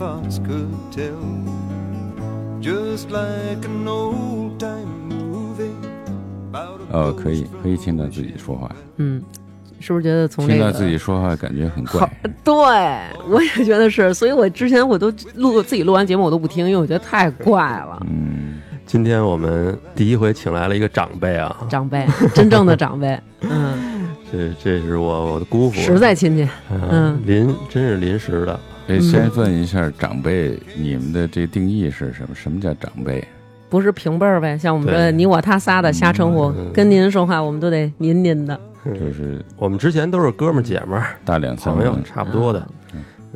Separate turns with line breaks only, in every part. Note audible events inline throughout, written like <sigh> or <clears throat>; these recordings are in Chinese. eyes could tell. Just like an old time movie.
呃，可以可以听到自己说话，
嗯，是不是觉得从这
听到
个
自己说话感觉很
好
怪。，
<laughs> 对我也觉得是，所以我之前我都录自己录完节目我都不听，因为我觉得太怪了。
嗯，
今天我们第一回请来了一个长辈啊，
长辈，真正的长
<laughs>
辈，嗯，
这这是我我的姑父，啊
实在亲戚，嗯
临真是临时的，
哎，先问一下长辈，你们的这定义是什么？什么叫长辈？
不是平辈儿呗，像我们这
对
你我他仨的瞎称呼，
嗯
跟您说话我们都得您您的，
就是
我们之前都是哥们儿姐们儿
大两三
朋友
问，
差不多的，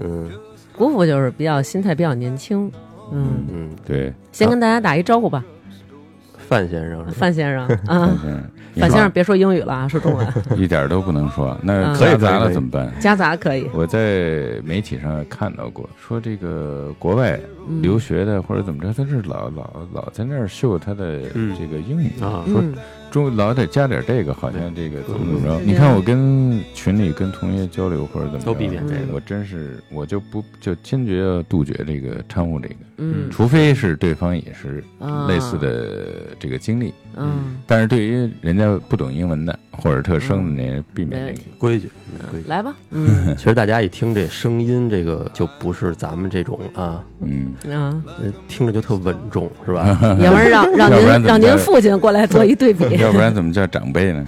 嗯
姑父就是比较心态比较年轻，嗯，
嗯，
对，
先跟大家打一招呼吧，
范先
嗯
生是吧
范先
<laughs>
生
范
啊，
先生，你
范先生
说
别说英语了啊，说中文，
<laughs> 一点都不能说，那
嗯
可以
砸
可以
了
可以
怎么办？
夹杂可以，
我在媒体上看到过，说这个国外
嗯
留学的或者怎么着，他是老老老在那儿秀他的
嗯
这个英语，
啊，说
嗯，
中老得加点这个，好像这个怎么怎么着。
嗯
你看我跟群里跟同学交流或者怎么着，
都避免
这个
我真是我就不就坚决要杜绝这个掺和这个，
嗯
除非是对方也是嗯
啊
类似的这个经历。
嗯，
但是对于人家不懂英文的或者特生的，那避
嗯没
免
问
这
题
个。，
规矩，规矩。
<laughs>
来吧，嗯
其实大家一听这声音，这个就不是咱们这种啊，
嗯，
啊。
呃听着就特稳重，是 <laughs> 吧？
要不
<laughs>
然让让
要不然
您
怎么
让
着
您父亲过来做一对比，
<laughs> 要不然怎么叫长辈呢？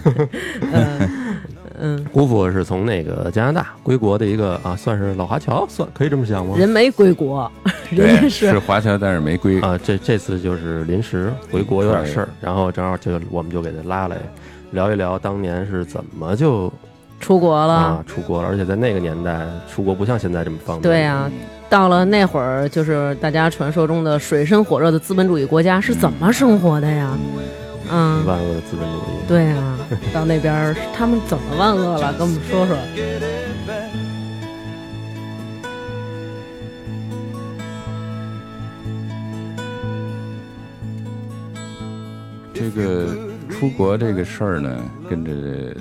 嗯嗯，
姑父是从那个加拿大归国的一个啊，算是老华侨，算可以这么想吗？
人没归国， <laughs> 人家
对，
是
华侨，但是没归。
嗯
啊，这这次就是临时回国有点事儿，然后正好就我们就给他拉来聊一聊当年是怎么就
出国
啊
了。
出国了，而且在那个年代出国不像现在这么方便。
对啊呀、到了那会儿，就是大家传说中的水深火热的资本主义国家是怎么生活的呀？嗯，
万恶的资本主义。
对呀、到那边儿他们怎么万恶了？跟我们说说。
Get it back. If
这
you
个
could
出国这个事儿呢，跟着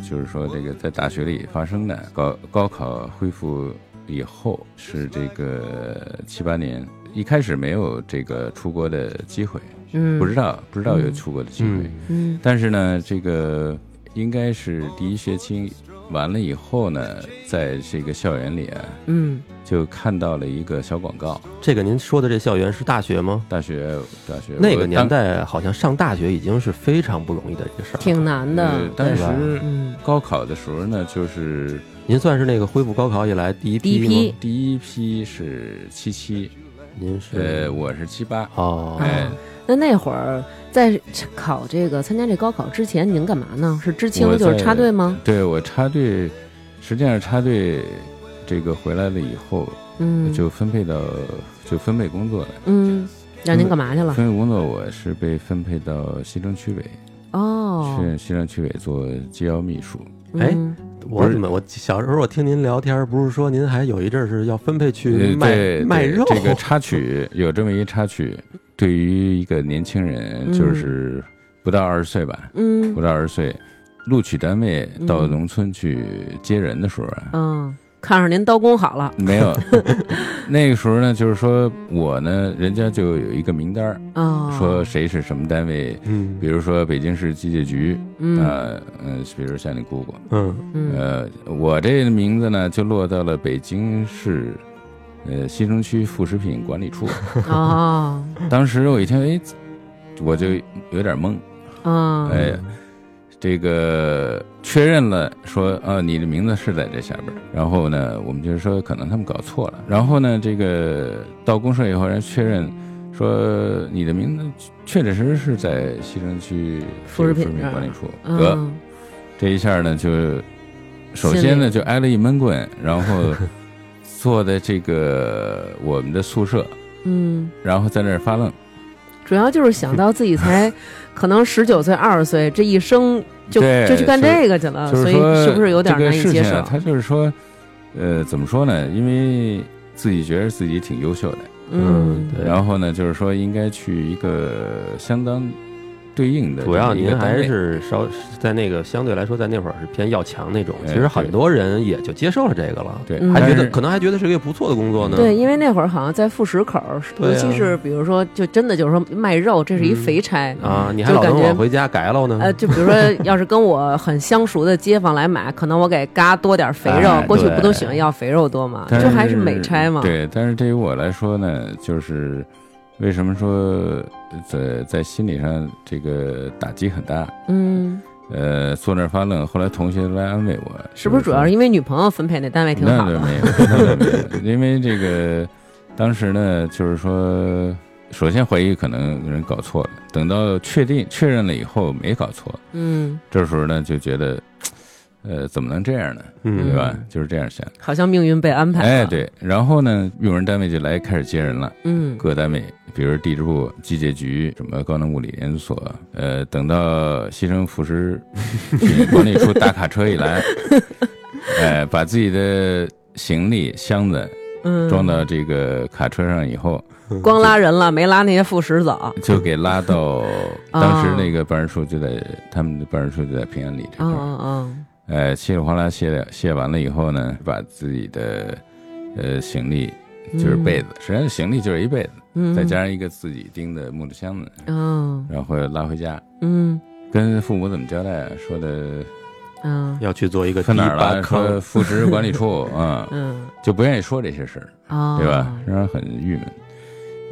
就是说这个在大学里发生的，高高考恢复以后是这个七八年，一开始没有这个出国的机会，
嗯，
不知道不知道有出国的机会，
嗯，
嗯
但是呢，这个应该是第一学期完了以后呢，在这个校园里啊，
嗯
就看到了一个小广告，
这个您说的这校园是大学吗？
大学大学
那个
我
年
当
代好像上大学已经是非常不容易的一个事儿。
挺难的
呃，当
对
时
嗯
高考的时候呢，就是
您算是那个恢复高考以来第一
第一
批吗？
批
第一批是七七，
您是
呃，我是七八，
哦，
哎
啊，那那会儿在考这个参加这高考之前，您干嘛呢？是知青
我
就是
在
插队吗？
对我插队，实际上插队这个回来了以后，
嗯，
就分配到就分配工作了。
嗯，让您干嘛去了？
分配工作，我是被分配到西城区委，嗯
哦，
去西城区委做机要秘书。
哎
嗯
我怎么我小时候我听您聊天，不是说您还有一阵儿是要分配去
呃
卖
对
卖
对
肉？
这个插曲
<laughs>
有这么一插曲，对于一个年轻人，
嗯
就是不到二十岁吧，不
嗯
到二十岁，录取单位到
嗯
农村去接人的时候啊，
嗯，看上您刀工好了，
没有， <laughs> 那个时候呢，就是说我呢，人家就有一个名单儿，
哦，
说谁是什么单位，
<laughs> 嗯
比如说北京市机械局，
嗯
呃嗯，比如像你姑姑，
嗯
嗯
呃，我这个名字呢就落到了北京市。呃，西城区副食品管理处，
哦
当时我一听，哎，我就有点懵，<laughs>
嗯
哎，这个确认了说，啊，你的名字是在这下边儿。然后呢，我们就是说可能他们搞错了。然后呢，这个到公社以后，人家确认说你的名字确确实实是在西城区
副食品
这个
这儿
管理处。得，
嗯
这一下呢，就首
心
先呢
里
就挨了一闷棍，然
<laughs>
后坐在这个我们的宿舍，
嗯，
然后在那儿发愣。
主要就是想到自
<laughs>
己才可能十九岁二十岁，这一生就
对
就去干这个去了，
就是
呃所以
说，
是不是有点
这个
难以
事
接
情
受
啊？他就是说，呃，怎么说呢？因为自己觉得自己挺优秀的，
嗯
对
然后呢，就是说应该去一个相当对应的
主要
一个
您
单
还
位
是稍在那个相对来说，在那会儿是偏要强那种。
哎
其实很
对
多人也就接受了这个了，
对，
嗯
还
但
觉
是
得可能还觉得是一个不错的工作呢。
嗯
对，因为那会儿好像在副食口儿，
对
尤其
啊
是比如说，就真的就是说卖肉，这
嗯
是一肥差。
啊，你还
就
老
感
能
觉
往回家改喽呢。嗯
呃，就比
<laughs>
如说，要是跟我很相熟的街坊来买，可能我给嘎多点儿肥肉
哎。
过去不都
对
喜欢要肥肉多吗？
但
这还是美差嘛。
对，但是对于我来说呢，就是为什么说在在心理上这个打击很大？
嗯，
呃，坐那儿发愣。后来同学都来安慰我，
是不是主要是因为女朋友分配那单位挺
那
好
倒
的？
没有，那倒没有，因为这个当时呢，就是说，首先怀疑可能有人搞错了，等到确定确认了以后没搞错，
嗯，
这时候呢就觉得，呃，怎么能这样呢？对
嗯，
吧？就是这样想。
好像命运被安排了。
哎，，对，然后呢，用人单位就来开始接人了。
嗯，
各单位，比如地质部、机械局、什么高能物理研究所，呃，等到牺牲腐蚀管理处大卡车一来， <laughs> 哎，把自己的行李箱子
嗯，
装到这个卡车上以后，
光拉人了，没拉那些副食走。嗯
就给拉到当时那个办事处就在他们的办事处就在平安里这块
嗯
儿，
嗯嗯，
哎，稀里哗啦卸了卸完了以后呢，把自己的呃行李就是被子，实际上行李就是一被子，
嗯，
再加上一个自己钉的木头箱子，
嗯
然后拉回家。
嗯
跟父母怎么交代啊？说的
嗯、
要去做一个
分哪儿
低八
了？
康
说副职管理处啊
<laughs> 嗯
就不愿意说这些事儿，
啊，
对吧？让人很郁闷。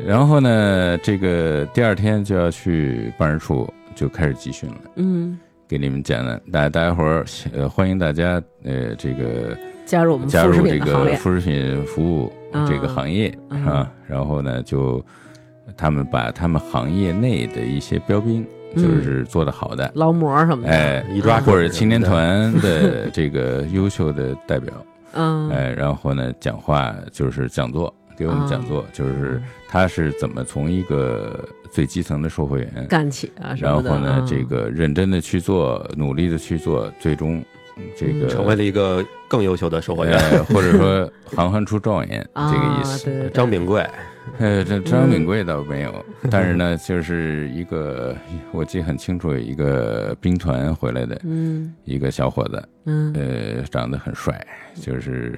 然后呢，这个第二天就要去办事处，就开始集训了。
嗯，
给你们讲了，大大家伙儿，呃，欢迎大家，呃，这个
加入我们
加
副食
入
品
这
的行
个
列。
副食品服务这个行业、
嗯
啊。然后呢，就他们把他们行业内的一些标兵，
嗯
就是做得好的，
劳模什么的，
哎，
一抓
或
准
者
是
青年
吧
团的这个优秀的代表，
<laughs> 嗯，
哎，然后呢，讲话就是讲座，给我们讲
哦
座，就是他是怎么从一个最基层的售货员，
干起啊什
然
么
后
的，
呢
嗯，
这个认真的去做，努力的去做，最终这个
嗯成为了一个更优秀的售货员。
呃，或者说行行出状元这
<laughs> 啊
个意思。
对对嗯对，
张秉贵，
呃，这张炳贵倒没有，但是
<laughs>
呢，就是一个我记得很清楚，一个兵团回来的
嗯
一个小伙子，
嗯
呃，长得很帅，就是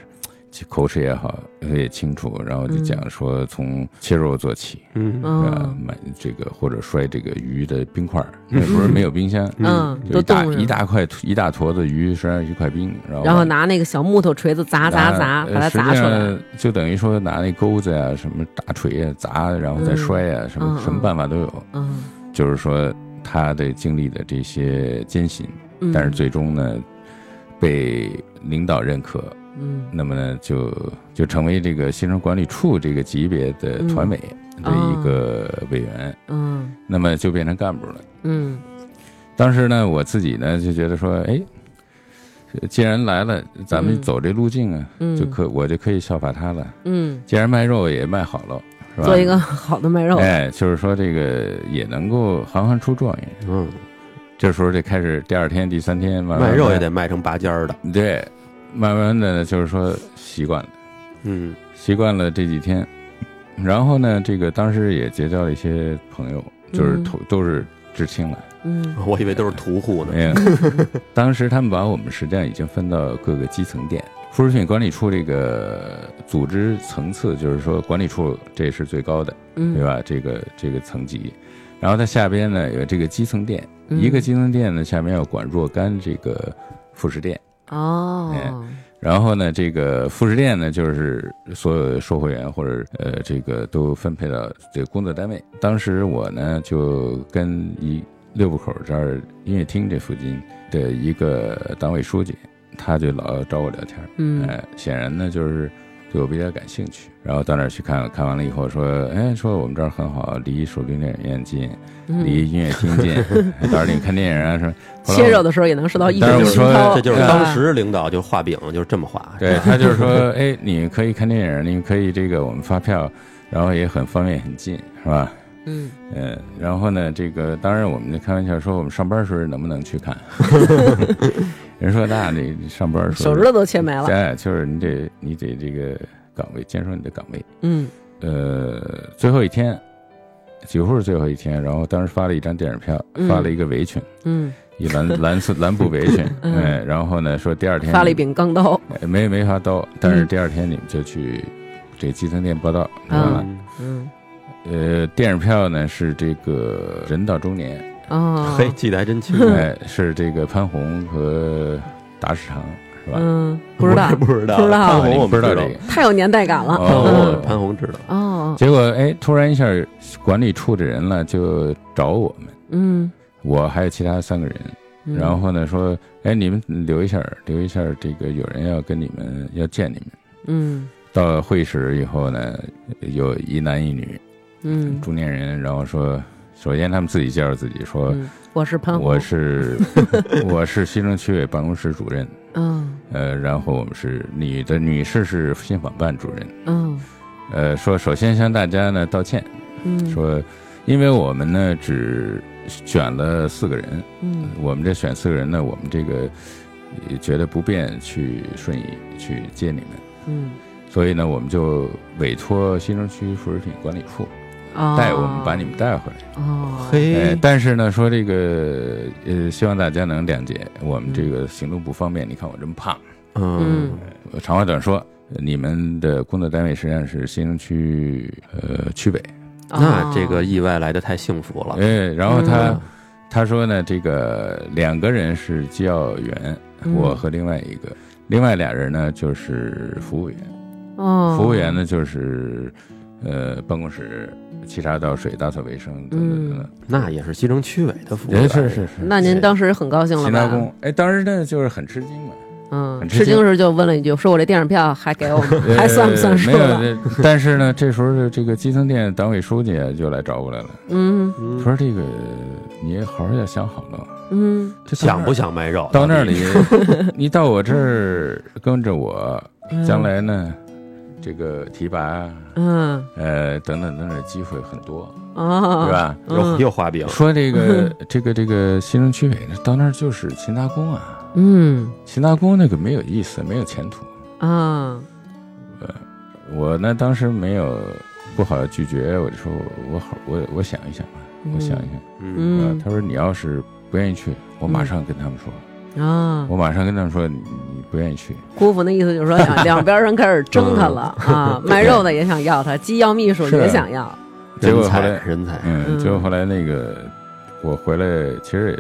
其口齿也好，也清楚，然后就讲说从切肉做起，
嗯
是吧？
嗯
买这个或者摔这个鱼的冰块儿，那时候没有冰箱，
嗯，
就
都
一大
冻
一
着，
大块一大坨子鱼，实际上是一块冰，然后
然后拿那个小木头锤子砸砸砸，
呃
把它
实
砸
际
出来，
上就等于说拿那钩子呀、什么大锤呀、砸，然后再
嗯
摔呀、什么
嗯
什么
嗯
办法都有，
嗯，
就是说他的经历的这些艰辛，
嗯
但是最终呢，被领导认可，
嗯
那么呢，就就成为这个新生管理处这个级别的团委的
哦
一个委员，
嗯
那么就变成干部了。
嗯
当时呢，我自己呢就觉得说，哎，既然来了，咱们
嗯
走这路径啊，
嗯，
就可我就可以效法他了。
嗯，
既然卖肉也卖好了，是吧？
做一个好的卖肉，
哎，就是说这个也能够行行出状元。
嗯，
这时候就开始第二天、第三天慢慢
卖肉也
卖
得卖成拔尖儿的。
对，慢慢的就是说习惯了。
嗯，
习惯了这几天，然后呢，这个当时也结交了一些朋友，就是
嗯
都、都是知青来，
嗯
我以为都是屠户呢。
哎没有。当时他们把我们实际上已经分到各个基层店。副食品管理处这个组织层次，就是说管理处这是最高的，
嗯，
对？吧？这个这个层级，然后它下边呢有这个基层店，
嗯
一个基层店呢下面要管若干这个副食店，
哦，
然后呢，这个副食店呢，就是所有的售货员或者呃，这个都分配到这个工作单位。当时我呢，就跟一六部口这儿音乐厅这附近的一个党委书记，他就老找我聊天儿，
嗯
哎，显然呢就是对我比较感兴趣。然后到那儿去看，看完了以后说，哎，说我们这儿很好，离首都电影院近，
嗯
离音乐厅
<laughs>
近，到时候你看电影啊什么。后来
切
我
肉的时候也能受到一
但
种
是我
熏
说哎
陶，
这就是
对吧
当时领导就画饼就是这么画。 <laughs>
对他就是说，哎，你可以看电影，你可以这个我们发票，然后也很方便很近，是吧？
嗯
嗯，然后呢，这个当然我们就开玩笑说，我们上班时候能不能去看？ <laughs> 人说那你你上班时候
手指头都切没了，
哎，就是你得你得这个岗位坚守你的岗位。
嗯
呃，最后一天，几乎是最后一天，然后当时发了一张电影票，发了一个围裙，
嗯，
一蓝蓝色蓝布围裙，
嗯
哎，然后呢说第二天
发了一柄钢刀，
哎没没发刀，但是第二天你们就去这个基层店报道，知道吧？
嗯嗯
嗯
呃，电影票呢是这个人到中年，
哦，
嘿，记得还真清楚，，
哎，是这个潘虹和达世长是吧？
嗯，
<laughs>
不知道
<laughs> 不知道，
不知道
潘
你
红我
不
们
知道
知
这
道
个，
太有年代感了，
潘红我
哦
嗯
潘红知道，
哦，
结果哎，突然一下管理处的人了就找我们，
嗯，
我还有其他三个人，
嗯
然后呢说，哎，你们留一下，留一下，这个有人要跟你们要见你们。
嗯
到会议室以后呢，有一男一女
嗯
中年人，然后说，首先他们自己介绍自己，说、
嗯，我是潘虹，
我是
<laughs>
我是西城区委办公室主任，
嗯
呃，然后我们是女的女士是信访办主任，
嗯
呃，说首先向大家呢道歉，
嗯，
说因为我们呢只选了四个人，
嗯
我们这选四个人呢，我们这个也觉得不便去顺义去接你们，
嗯，
所以呢，我们就委托新城区副食品管理处
哦
带我们把你们带回来。
哦，
哎
嘿，，
但是呢，说这个呃，希望大家能谅解，我们这个行动不方便。你看我这么胖，
嗯
嗯
呃长话短说，你们的工作单位实际上是新城区呃区委。
那这个
哦
意外来的太幸福了，
哎，然后他、
嗯
他说呢，这个两个人是机要员，
嗯
我和另外一个，另外俩人呢就是服务员，
哦，
服务员呢就是呃办公室沏茶倒水、打扫卫生等等等等。
那也是西城区委的服务
哎
员，
是是是，
那您当时很高兴了
勤劳
吧？
工，哎，当时呢就是很吃惊嘛，
嗯，
很吃
吃
惊
惊时就问了一句：“说我这电影票还给
<laughs>
我们， <laughs> 还算不算
呃
数
没有
了
这，但是呢，这时候的这个基层店党委书记啊就来找我来了，？”
嗯
他
嗯
说这个你好好要想好了，
嗯
这
想不想卖肉？
到那里， <laughs> 你到我这儿跟着我，
嗯，
将来呢，这个提拔
嗯
呃等等等等机会很多，
哦，
对吧？
又
嗯
又画饼，
说这
<laughs>
个这个这个西城区委呢到那儿就是勤打工啊，
嗯
勤打工那个没有意思，没有前途。
啊
我呢当时没有不好拒绝，我就说我好我我想一想吧，我想一想。
嗯
呃
嗯
他说你要是不愿意去，我马上跟他们说，
啊，
我马上跟他们说你你不愿意去。
姑父那意思就是说
<laughs>
两两边人开始争他了
嗯
啊，卖肉的也想要他，鸡要秘书
是
也想要，
结果后
人才
来
人才，
嗯，
嗯
结果后来那个我回来其实也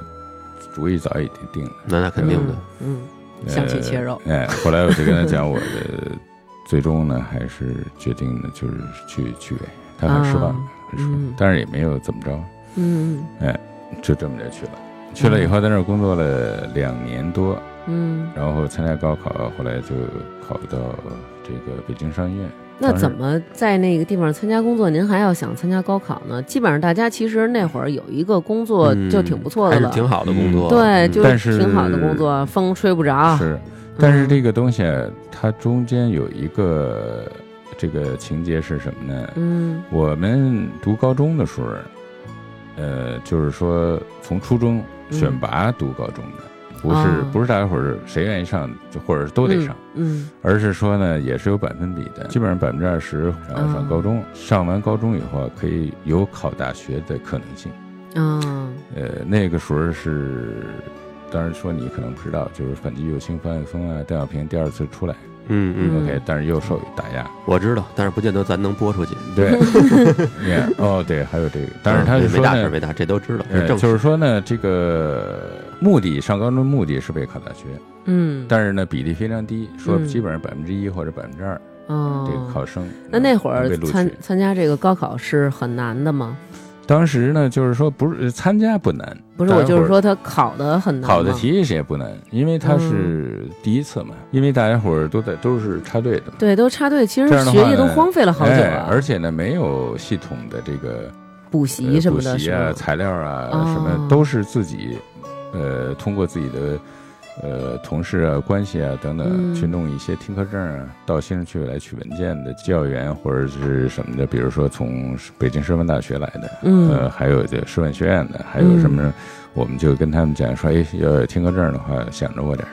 主意早已经定了。
那那肯定的，
嗯，嗯，想起切肉，
呃。哎，后来我就跟他讲，我
<laughs>
的最终呢还是决定呢就是去去委，他很失望
啊，
很失望
嗯，
但是也没有怎么着，
嗯
就这么着去了。去了以后，在那儿工作了两年多，
嗯，
然后参加高考，后来就考到这个北京商学院。
那怎么在那个地方参加工作？您还要想参加高考呢？基本上大家其实那会儿有一个工作
嗯
就挺不错的
还是
了，
挺好的工作，
对，
嗯
就
但是
挺好的工作，风吹不着。
是，但是
啊嗯
这个东西啊它中间有一个这个情节是什么呢？
嗯
我们读高中的时候，呃，就是说从初中
嗯
选拔读高中的，不是、
哦
不是大家伙儿谁愿意上就或者是都得上，
嗯
而是说呢也是有百分比的，基本上百分之二十然
啊
后上高中，上完高中以后啊可以有考大学的可能性。
啊
呃，那个时候是。当然说你可能不知道，就是反击右倾方案峰啊，邓小平第二次出来、
嗯嗯，
嗯
o k 但是又受打压，
我知道，但是不见得咱能播出去，
嗯 <laughs>
对，yeah, 哦对，还有这个，但是他
嗯
就
没没
说
大
呢
事，没大事，这都知道，
呃
这，正
就是说呢，这个目的上高中的目的是为考大学，
嗯，
但是呢比例非常低，说
嗯
基本上百分之一或者百分之二
哦
这个考生。
那那会儿
能被录
参
取，
参加这个高考是很难的吗？
当时呢就是说不是呃参加不难，
不是，
大家
我就
伙
是
儿
说他考的很难吗。
考的题是也不难，因为他是第一次嘛，
嗯
因为大家伙儿都在都是插队的嘛，
对，都插队，其实
这样的话
学业都
呢
荒废了好久啊
哎
了，，
而且呢没有系统的这个
补
呃
习什么
补
的，
习
是
啊、
吗？
材料啊
哦
什么都是自己，呃，通过自己的呃同事啊、关系啊等等
嗯
去弄一些听课证啊，到新生区来取文件的教员或者是什么的，比如说从北京师范大学来的，呃，
嗯
还有这师范学院的，还有什么，我们就跟他们讲说，哎，要有听课证的话，想着我点儿。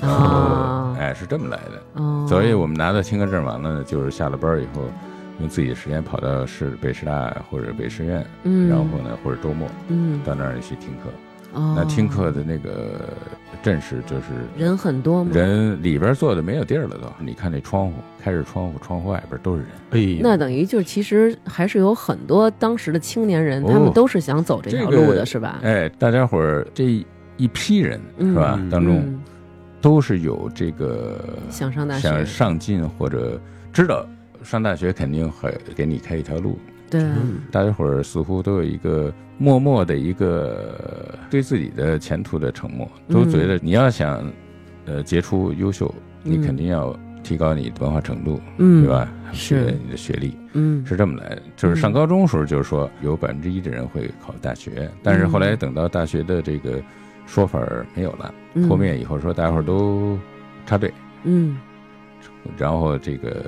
然后
啊，
<laughs> 哎，是这么来的，
哦
所以我们拿到听课证完了呢，就是下了班以后，用自己的时间跑到市北师大或者北师院，
嗯，
然后呢或者周末
嗯，
到那儿去听课。
哦，
那听课的那个阵势就是
人很多吗？
人里边坐的没有地儿了都，你看那窗户，开着窗户，窗户外边都是人。
哎呦，
那等于就是，其实还是有很多当时的青年人，
哦
他们都是想走这条
这个
路的，是吧？
哎，大家伙儿这一批人
嗯
是吧？
嗯
当中
嗯
都是有这个
想上大
想
学，
上进或者知道上大学肯定会给你开一条路。
对，
嗯
大家伙儿似乎都有一个默默的一个对自己的前途的承诺，都觉得你要想呃杰出优秀，你
嗯
肯定要提高你的文化程度，
嗯，
对？吧？
是
学你的学历。
嗯，
是这么来的，就是上高中时候就是说有百分之一的人会考大学，但是后来等到大学的这个说法儿没有了，
嗯
破，灭以后说大家伙儿都插队，
嗯
然后这个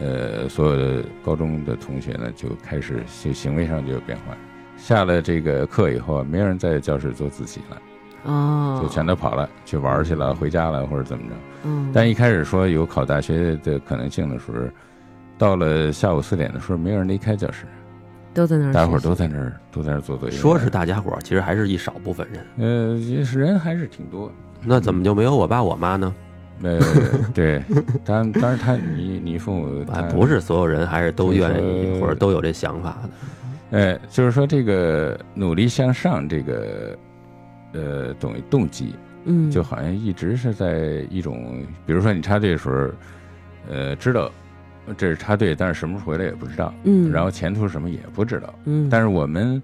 呃所有的高中的同学呢就开始就行为上就有变化，下了这个课以后啊，没有人在教室做自习了，
哦，
就全都跑了去玩儿去了，回家了或者怎么着。
嗯，
但一开始说有考大学的可能性的时候，到了下午四点的时候，没有人离开教室。
都在那儿学习，
大伙儿都在那儿都在那儿做作业，
说是大家伙儿，其实还是一少部分人。
呃，也是人还是挺多。
那怎么就没有我爸我妈呢？
呃，对，当然当然他你你父
<laughs>
母他
哎，不，是所有人还是都愿
就是
意
说
或者都有这想法的。
呃，就是说这个努力向上这个呃等于动机，
嗯，
就好像一直是在一种，比如说你插队的时候，呃，知道这是插队，但是什么时候回来也不知道，
嗯，
然后前途是什么也不知道。
嗯，
但是我们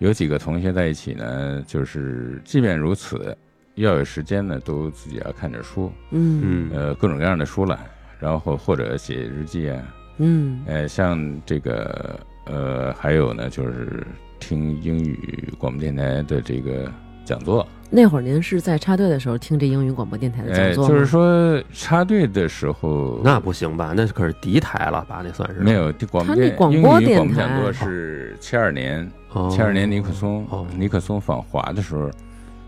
有几个同学在一起呢，就是即便如此，要有时间呢，都自己要看点书，
嗯
嗯，
呃，各种各样的书了，然后或者写日记啊，
嗯
呃，像这个呃，还有呢，就是听英语广播电台的这个讲座，
那会儿您是在插队的时候听这英语广播电台的
哎，
讲座吗？
就是说插队的时候，
嗯
那不行吧？那可是敌台了吧？那算是
没有广播
他那
电
广
英语
播
广
电
播讲
台
座是七二年。
哦
有
七二年尼克松
哦，
尼克松访华的时候，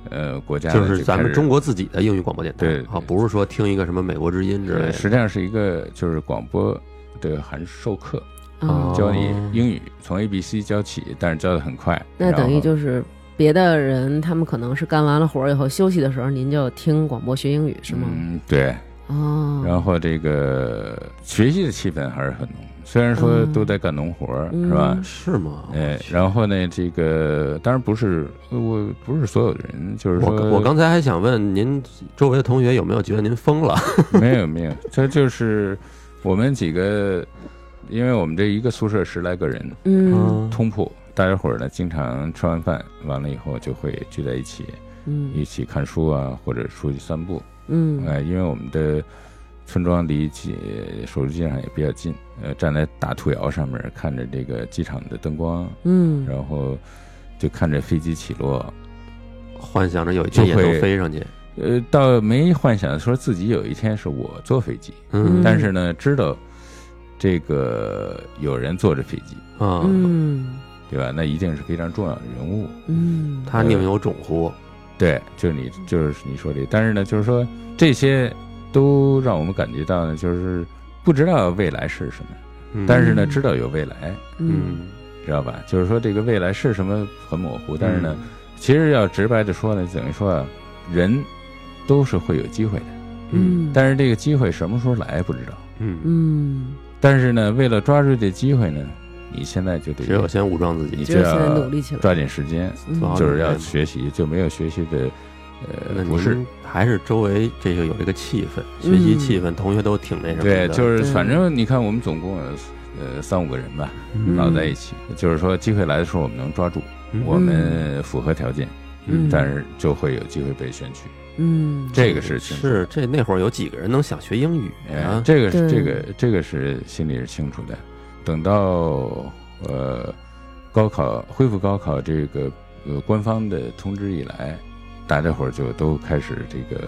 呃，国家
就是咱们中
国
国自己的英语广播电台
对
啊，不是说听一个什么美国之音之
呃
类
实
的。
际上是一个就是广播的函授课，
哦
教你英语从 A B C 教起，但是教的很快。
那等于
然后
就是别的人，他们可能是干完了活儿以后休息的时候，您就听广播学英语是吗？
嗯，对。
哦，
然后这个学习的气氛还是很浓，虽然说
嗯
都在干农活儿
嗯
是吧？
是吗？
哎，然后呢，这个当然不是我不是所有的人，就是
我
说
我刚才还想问您周围的同学有没有觉得您疯了？
<laughs> 没有没有，这就是我们几个，因为我们这一个宿舍十来个人，
嗯
通铺，大家伙儿呢经常吃完饭完了以后就会聚在一起，
嗯
一起看书啊，或者出去散步。
嗯
哎、因为我们的村庄离机首都机场也比较近，呃，站在大土窑上面看着这个机场的灯光，
嗯，
哎然后就看着飞机起落，
幻想着有一天也
就
都
会
飞上去。
呃，倒没幻想说自己有一天是我坐飞机，
嗯
但是呢，知道这个有人坐着飞机，
啊，
嗯
对吧？那一定是非常重要的人物。
嗯，
他宁有种乎？
对，就是你，就是你说这，但是呢，就是说这些都让我们感觉到呢，就是不知道未来是什么，
嗯
但是呢，知道有未来，
嗯
嗯，
知道吧？就是说这个未来是什么很模糊，但是呢，其实要直白的说呢，等于说啊，人都是会有机会的，
嗯
嗯，
但是这个机会什么时候来不知道。
嗯，
嗯，
但是呢，为了抓住这机会呢，你现在就得
只有先武装自己
你，
就是现在努力起来，
抓紧时间，
嗯
做好
就是要
准备嘛
学习，就没有学习的，
那
呃，
你
不是
们还是周围这个有这个气氛，
嗯
学习气氛，同学都挺那什么
对
的，，
就是
对
反正你看，我们总共有呃三五个人吧，
嗯
老在一起，就是说机会来的时候我们能抓住，
嗯
啊我们符合条件，
嗯
但是就会有机会被选取，
嗯，
这个是清楚。
是这那会儿有几个人能想学英语
哎
啊，？
这个是
对
这个这个是心里是清楚的。等到呃高考恢复高考这个呃官方的通知一来，大家伙儿就都开始这个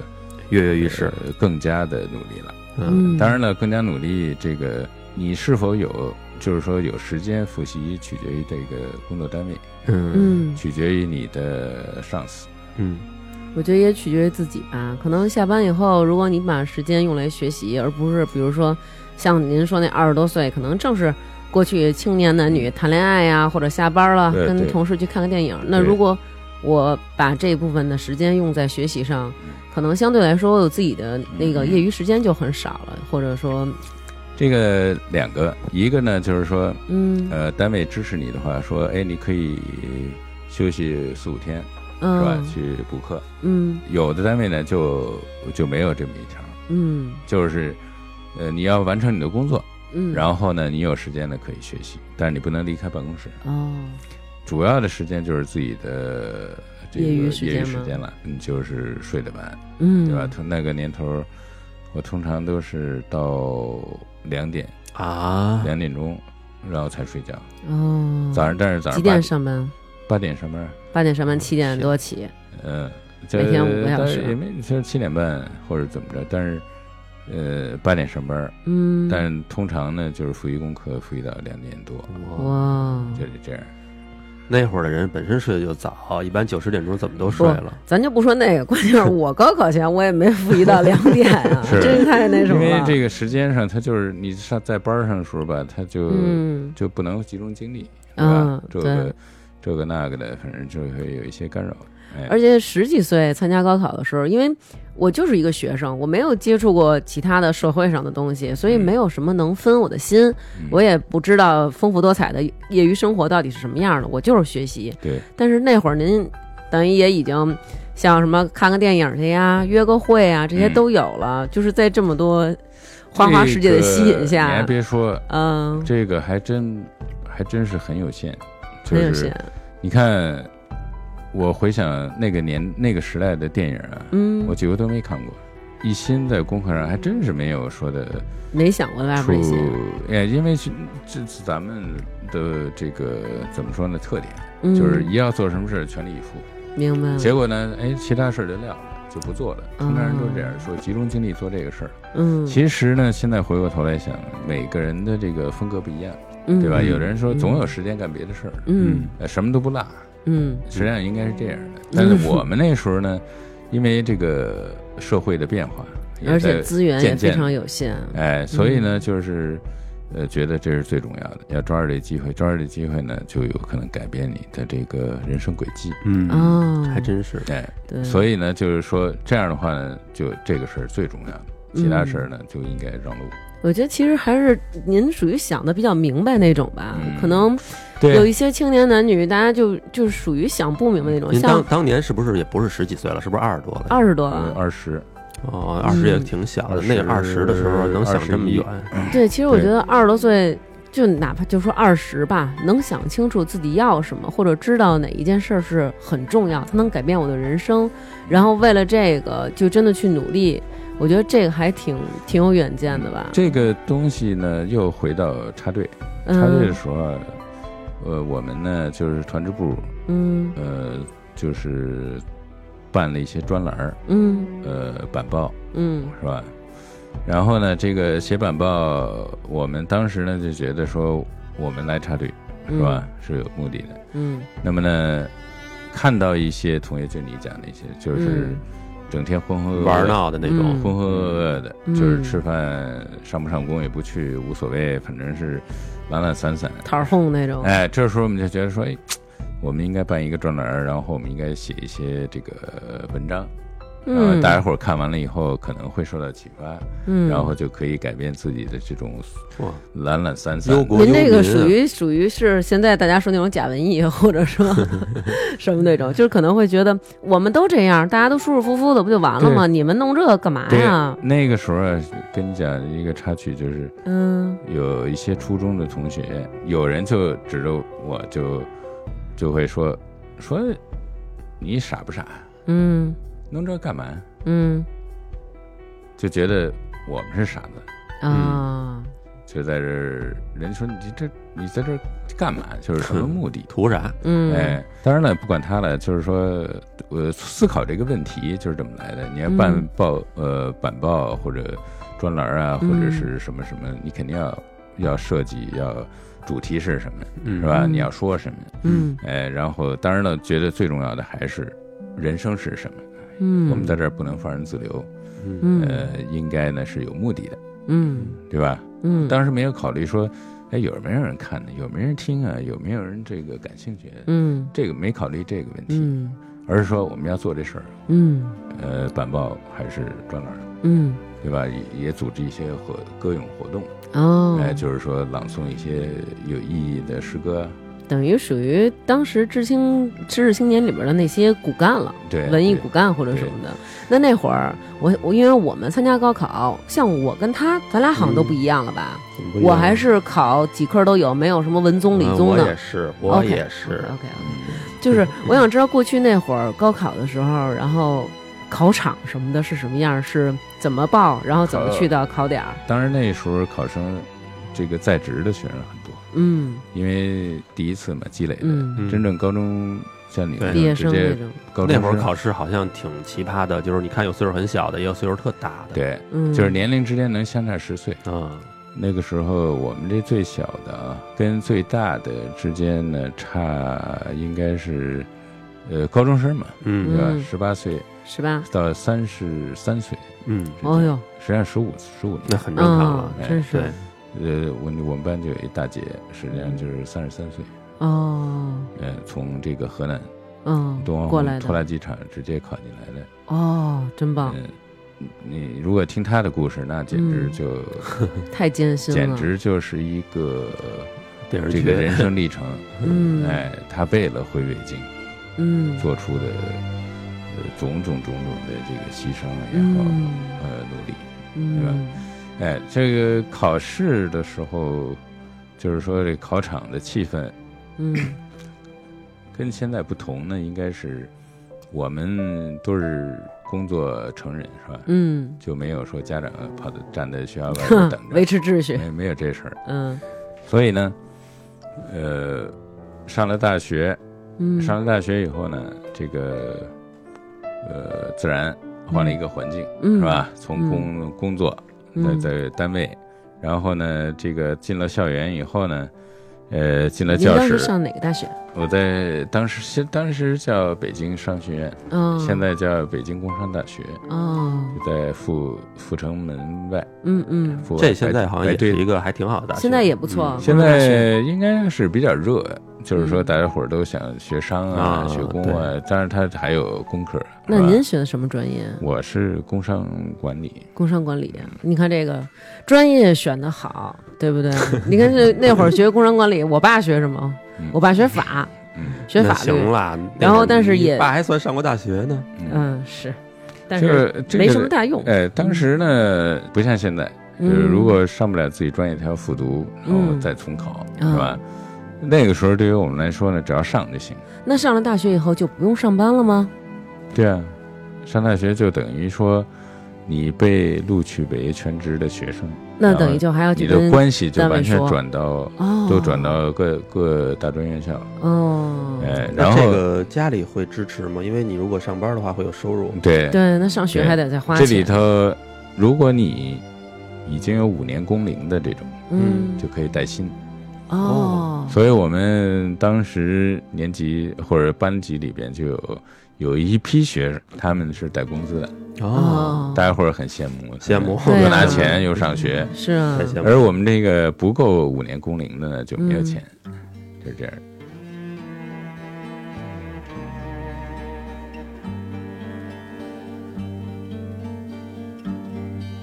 跃跃欲试，
呃更加的努力了。
嗯
当然了，更加努力，这个你是否有，就是说有时间复习，取决于这个工作单位，
嗯
嗯，
取决于你的上司。
嗯
我觉得也取决于自己吧。可能下班以后，如果你把时间用来学习，而不是比如说像您说那二十多岁，可能正是过去青年男女谈恋爱呀、或者下班了
对
跟
对
同事去看个电影。那
对
如果我把这部分的时间用在学习上，
嗯
可能相对来说，我有自己的那个业余时间就很少
嗯
了，或者说，
这个两个，一个呢就是说，
嗯
呃，单位支持你的话，说，哎，你可以休息四五天，是吧？
嗯
去补课。
嗯
有的单位呢就就没有这么一条，
嗯
就是，呃，你要完成你的工作，
嗯，
然后呢，你有时间呢可以学习，但是你不能离开办公室。
哦，
主要的时间就是自己的这个
业
业
余
余
时间吗
时间了，嗯，就是睡得晚，
嗯，
对吧？？通那个年头儿，我通常都是到两点
啊，
两点钟，然后才睡觉。
哦，
早上但是早
几
上八
点
点
上班？
八点上班，
八点上班，七点多起。
嗯，这
每天五个小
但
时
是也没就是七点半或者怎么着，但是呃八点上班，
嗯，
但是通常呢就是复习功课复习到两点多，
我
哇，
就是这样。
那会儿的人本身睡得就早，一般九十点钟怎么都睡了。
咱就不说那个，关 <laughs> 键是我高考前我也没复习到两点 <laughs> 啊，
是
真太那
因
什么
为
了。
这个时间上，他就是你上在班儿上的时候吧，他就、
嗯
就不能集中精力，是吧
嗯？
这
对
个这个那个的，反正就会有一些干扰。哎，
而且十几岁参加高考的时候，因为我就是一个学生，我没有接触过其他的社会上的东西，所以
嗯
没有什么能分我的心，
嗯
我也不知道丰富多彩的业余生活到底是什么样的，我就是学习。
对，
但是那会儿您等于也已经像什么看个电影去呀、约个会啊，这些
嗯
都有了，就是在这么多花花世界的吸引
这个你还
下，
别说，
嗯，
这个还真还真是很有限，就
很有
是
限，
你看，我回想那个年那个时代的电影啊，
嗯
我，几乎都没看过。一心在功课上，还真是没有说的
没想过外
出
边那些，，
哎，因为是这是咱们的这个怎么说呢特点，
嗯
就是一要做什么事儿全力以赴，
明白，
结果呢，哎，其他事儿就撂了，就不做了。通常人都这样说，集中精力做这个事儿。
嗯，
其实呢，现在回过头来想，每个人的这个风格不一样，
嗯
对吧？
嗯
有的人说总有时间干别的事儿，
嗯
呃，什么都不落，
嗯
实际上应该是这样的。但是我们那时候呢，因为这个社会的变化，也
嗯而
在
且嗯资源也
渐渐
非常有限，
哎，所以呢，就是，呃，觉得这是最重要的，要抓住这机会，抓住这机会呢，就有可能改变你的这个人生轨迹。
嗯
哦，
还真是。
哎，
对，
所
以
以呢，就是说这样的话呢，就这个事儿最重要的，
嗯
其他事儿呢就应该让路。
我觉得其实还是您属于想的比较明白那种吧，
嗯
可能有
对，
一些青年男女，大家就就是属于想不明白那种，
您当
像
当年是不是也不是十几岁了？是不是二十多了？
二十多
呃
了，
二十，
哦，二十也
嗯
挺小的。
20
那二十的时候能想这么远，
对，其实我
对
觉得二十多岁，就哪怕就说二十吧，能想清楚自己要什么，或者知道哪一件事儿是很重要，它能改变我的人生，然后为了这个就真的去努力，我觉得这个还挺挺有远见的吧。
这个东西呢，又回到插队，插队
嗯
的时候啊，呃，我们呢就是团支部，
嗯
呃，就是办了一些专栏儿，
嗯
呃，板报
嗯
是吧？然后呢，这个写板报，我们当时呢就觉得说，我们来插队是吧，是有目的的。
嗯
那么呢，看到一些同学，就你讲的一些，就是
嗯
整天浑浑噩噩
玩，闹的那种
嗯。
浑浑噩噩的，
嗯
就是吃饭上不上工也不去，无所谓，反正是懒懒散散。
桃红那种，
哎，这时候我们就觉得说，哎，我们应该办一个专栏，然后我们应该写一些这个文章，然后
嗯，
呃大家伙儿看完了以后可能会受到启发，
嗯，
然后就可以改变自己的这种
哇，
懒懒散散
忧。国
您
忧
这个
民啊？
属于属于是现在大家说那种假文艺，或者
<laughs>
说什么那种，就是可能会觉得我们都这样，大家都舒舒服服的，不就完了吗？你们弄这干嘛
对
呀？，
那个时候啊，跟你讲一个插曲，就是
嗯
有一些初中的同学，有人就指着我就就会说说你傻不傻，
嗯
弄这干嘛？
嗯
就觉得我们是傻子，
啊，
就在这儿人说你这你在这儿干嘛？就是什么目的
图啥？
嗯，
哎，当然了，不管他了，就是说，我思考这个问题就是这么来的。你要办
嗯
报、呃板报或者专栏啊，
嗯
或者是什么什么，你肯定要要设计，要主题是什么，
嗯
是吧？
嗯
你要说什么？
嗯
哎，然后当然了，觉得最重要的还是人生是什么。
嗯，
我们在这儿不能放任自流，呃
嗯
嗯
呃，应该呢是有目的的，
嗯
对吧？
嗯嗯，
当时没有考虑说，哎，有没有人看呢？有没有人听啊？有没有人这个感兴趣？啊
嗯
这个没考虑这个问题，
嗯
而是说我们要做这事儿，
嗯
呃，板报还是专栏，
嗯
对吧？也也组织一些活歌咏活动，
哦，
哎，就是说朗诵一些有意义的诗歌，
等于属于当时知青知识青年里边的那些骨干了。
对，
文艺
对
骨干或者什么的，那那会儿我我因为我们参加高考，像我跟他，咱俩好像都不一样了吧？
怎么不一
我
样
还是考几科都有，没有什么文综理
嗯
综
我
的。
也是，我
OK，
也是
OK，, o k
嗯
就是我想知道过去那会儿高考的时候，然后考场什么的是什么样，是怎么报，然后怎么去到考点儿？
当然那时候考生这个在职的学生很多，
<laughs>
嗯
因为第一次嘛积累的，
嗯，
嗯
真正高中像你
对
毕业
直
生那
接
种，
高中
那会儿
生
考试好像挺奇葩的，就是你看有岁数很小的，也有岁数特大的。，
对，
嗯，
就是年龄之间能相差十岁。
嗯，
那个时候我们这最小的啊，跟最大的之间呢差应该是，呃，高中生嘛，对
嗯
吧？
嗯
十八岁
是吧？
到三十三岁，
嗯，
哦哟，
实际上十五十五
那
年。
很正常啊
嗯
了。，
哎
真是
对，
呃，我我们班就有一大姐，实际上
嗯
就是三十三岁，
哦，
呃，从这个河南
嗯，
敦煌
过来
红拖
的
拉机厂直接考进来的。
哦，真棒，
嗯，你如果听她的故事，那简直
嗯 <laughs>
就、
太艰辛
简
了，
直就是一个
电视
这
剧
个人生历程。
嗯，
哎，他为了回北京
嗯，
做出的呃种种种种的这个牺牲也好，
嗯
呃努力，
嗯，
对吧哎，这个考试的时候，就是说这考场的气氛
嗯
跟现在不同呢，应该是我们都是工作成人是吧？ <coughs>
嗯，
就没有说家长跑到站在学校外边
哼 <laughs>
等着
维，持秩序，
没没有这事儿。
嗯
所以呢，呃，上了大学，
嗯，
上了大学以后呢，这个呃，自然换了一个环境，
嗯
是？吧？从工、工作在
嗯
在单位，然后呢，这个进了校园以后呢，呃，进了
您
教
当时
室。
上哪个大学？
我在当时现当时叫北京商学院，
嗯，
现在叫北京工商大学，
哦，
就在阜阜成门外。
嗯嗯，
阜
这现在好像
白
也是
对
一个还挺好的大学，
现在也不错
嗯
现在应该是比较热，就是说
嗯
大家伙儿都想学商啊、
啊
学工啊，当然它还有工科。
那
是吧
您学的什么专业？啊
我是工商管理，
工商管理。啊你看这个专业选的好，
<laughs>
对不对？你看这那会儿学工商管理，我爸学什么
嗯？
我爸学法，
嗯，
学
那
法
行
律。
啦。
然后
那
但是
你
也
爸还算上过大学呢，
嗯，是，但
这
是
个这个
没什么大用。
哎，当时呢不像现在，就是
嗯
如果上不了自己专业，他要复读，然后再重考，
嗯
是吧？那个时候对于我们来说呢，只要上就行。
那上了大学以后就不用上班了吗？
对啊，上大学就等于说你被录取为全职的学生，
那
然后
等啊于就还要去
啊你的
跟
关系就
单位
完全
说
转到
哦，
都转到各各大专院校，
哦，
哎，
那
然
这
后
个家里会支持吗？因为你如果上班的话会有收入。
对
对，那上学
对
还得再花
这
钱。
里头，如果你已经有五年工龄的这种，
嗯，
就可以带薪。
哦，
所以我们当时年级或者班级里边就有有一批学生，他们是带工资的，
哦，
大家伙儿很羡慕，
羡慕
他们 <laughs> 又
对啊
拿钱又上学，
是啊
太， <laughs> 羡慕了。
而我们这个不够五年工龄的呢就没有钱，
嗯
就是这样。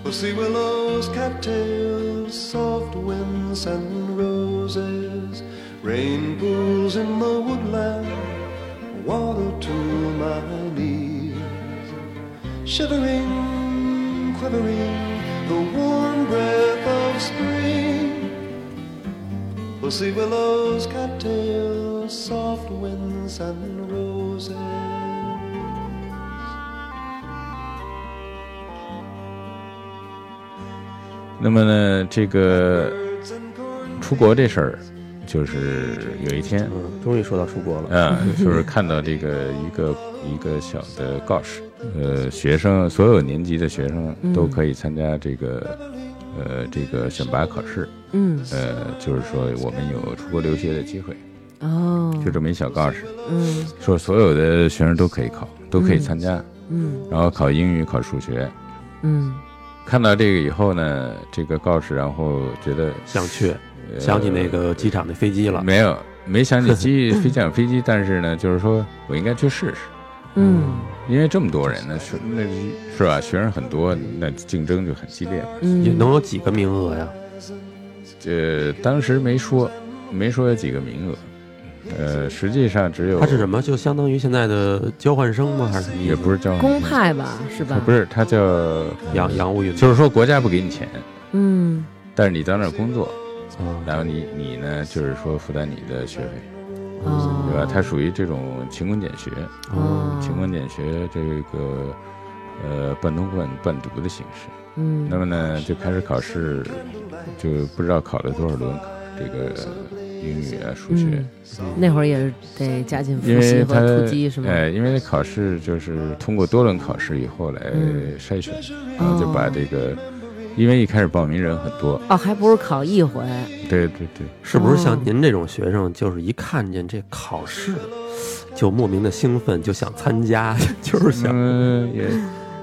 We'll see willows, cattails, soft winds and roses, rain pools in the woodland, water to my knees. Shivering, quivering, the warm breath of spring. We'll see willows, cattails, soft winds and roses.
那么呢，这个
Birds and corn
出国这事儿，就是有一天，
嗯，终于说到出国了。
嗯，就是看到这个一个一个小的告示，呃，学生所有年级的学生都可以参加这个，呃，这个选拔考试，
嗯，
呃，就是说我们有出国留学的机会，
哦，
就这么一小告示，
嗯
说所有的学生都可以考，都可以参加，
嗯
然后考英语、考数学，
嗯
看到这个以后呢，这个告示，然后觉得
想去，
呃
想起那个机场的飞机了，
没有没想起机飞机场飞机，但是呢，就是说我应该去试试，
嗯
因为这么多人呢，是那是吧？学生很多，那竞争就很激烈嘛。
也
嗯，
能有几个名额呀？
呃，当时没说，没说有几个名额，呃，实际上只有
它是什么？就相当于现在的交换生吗？还是什么意
也
思？
不是叫
公派吧，是吧？
不
是，
是，他叫
洋洋务运动，
就是说国家不给你钱，
嗯
但是你到那儿工作，
嗯
然后你你呢就是说负担你的学费，
啊，
哦
对吧？它属于这种勤工俭学，
哦
勤工俭学这个呃半通半半读的形式。
嗯，
那么呢就开始考试，就不知道考了多少轮这个英语啊、数学。
嗯那会儿也是得加紧
因
复习
为
和
他
突击，是吗？
哎，因为考试就是通过多轮考试以后来
嗯
筛选，然后
哦
就把这个，因为一开始报名人很多，
哦，还不是考一回，
对对对，
是不是
哦
像您这种学生，就是一看见这考试，就莫名的兴奋，就想参加， <laughs> 就是想
嗯，也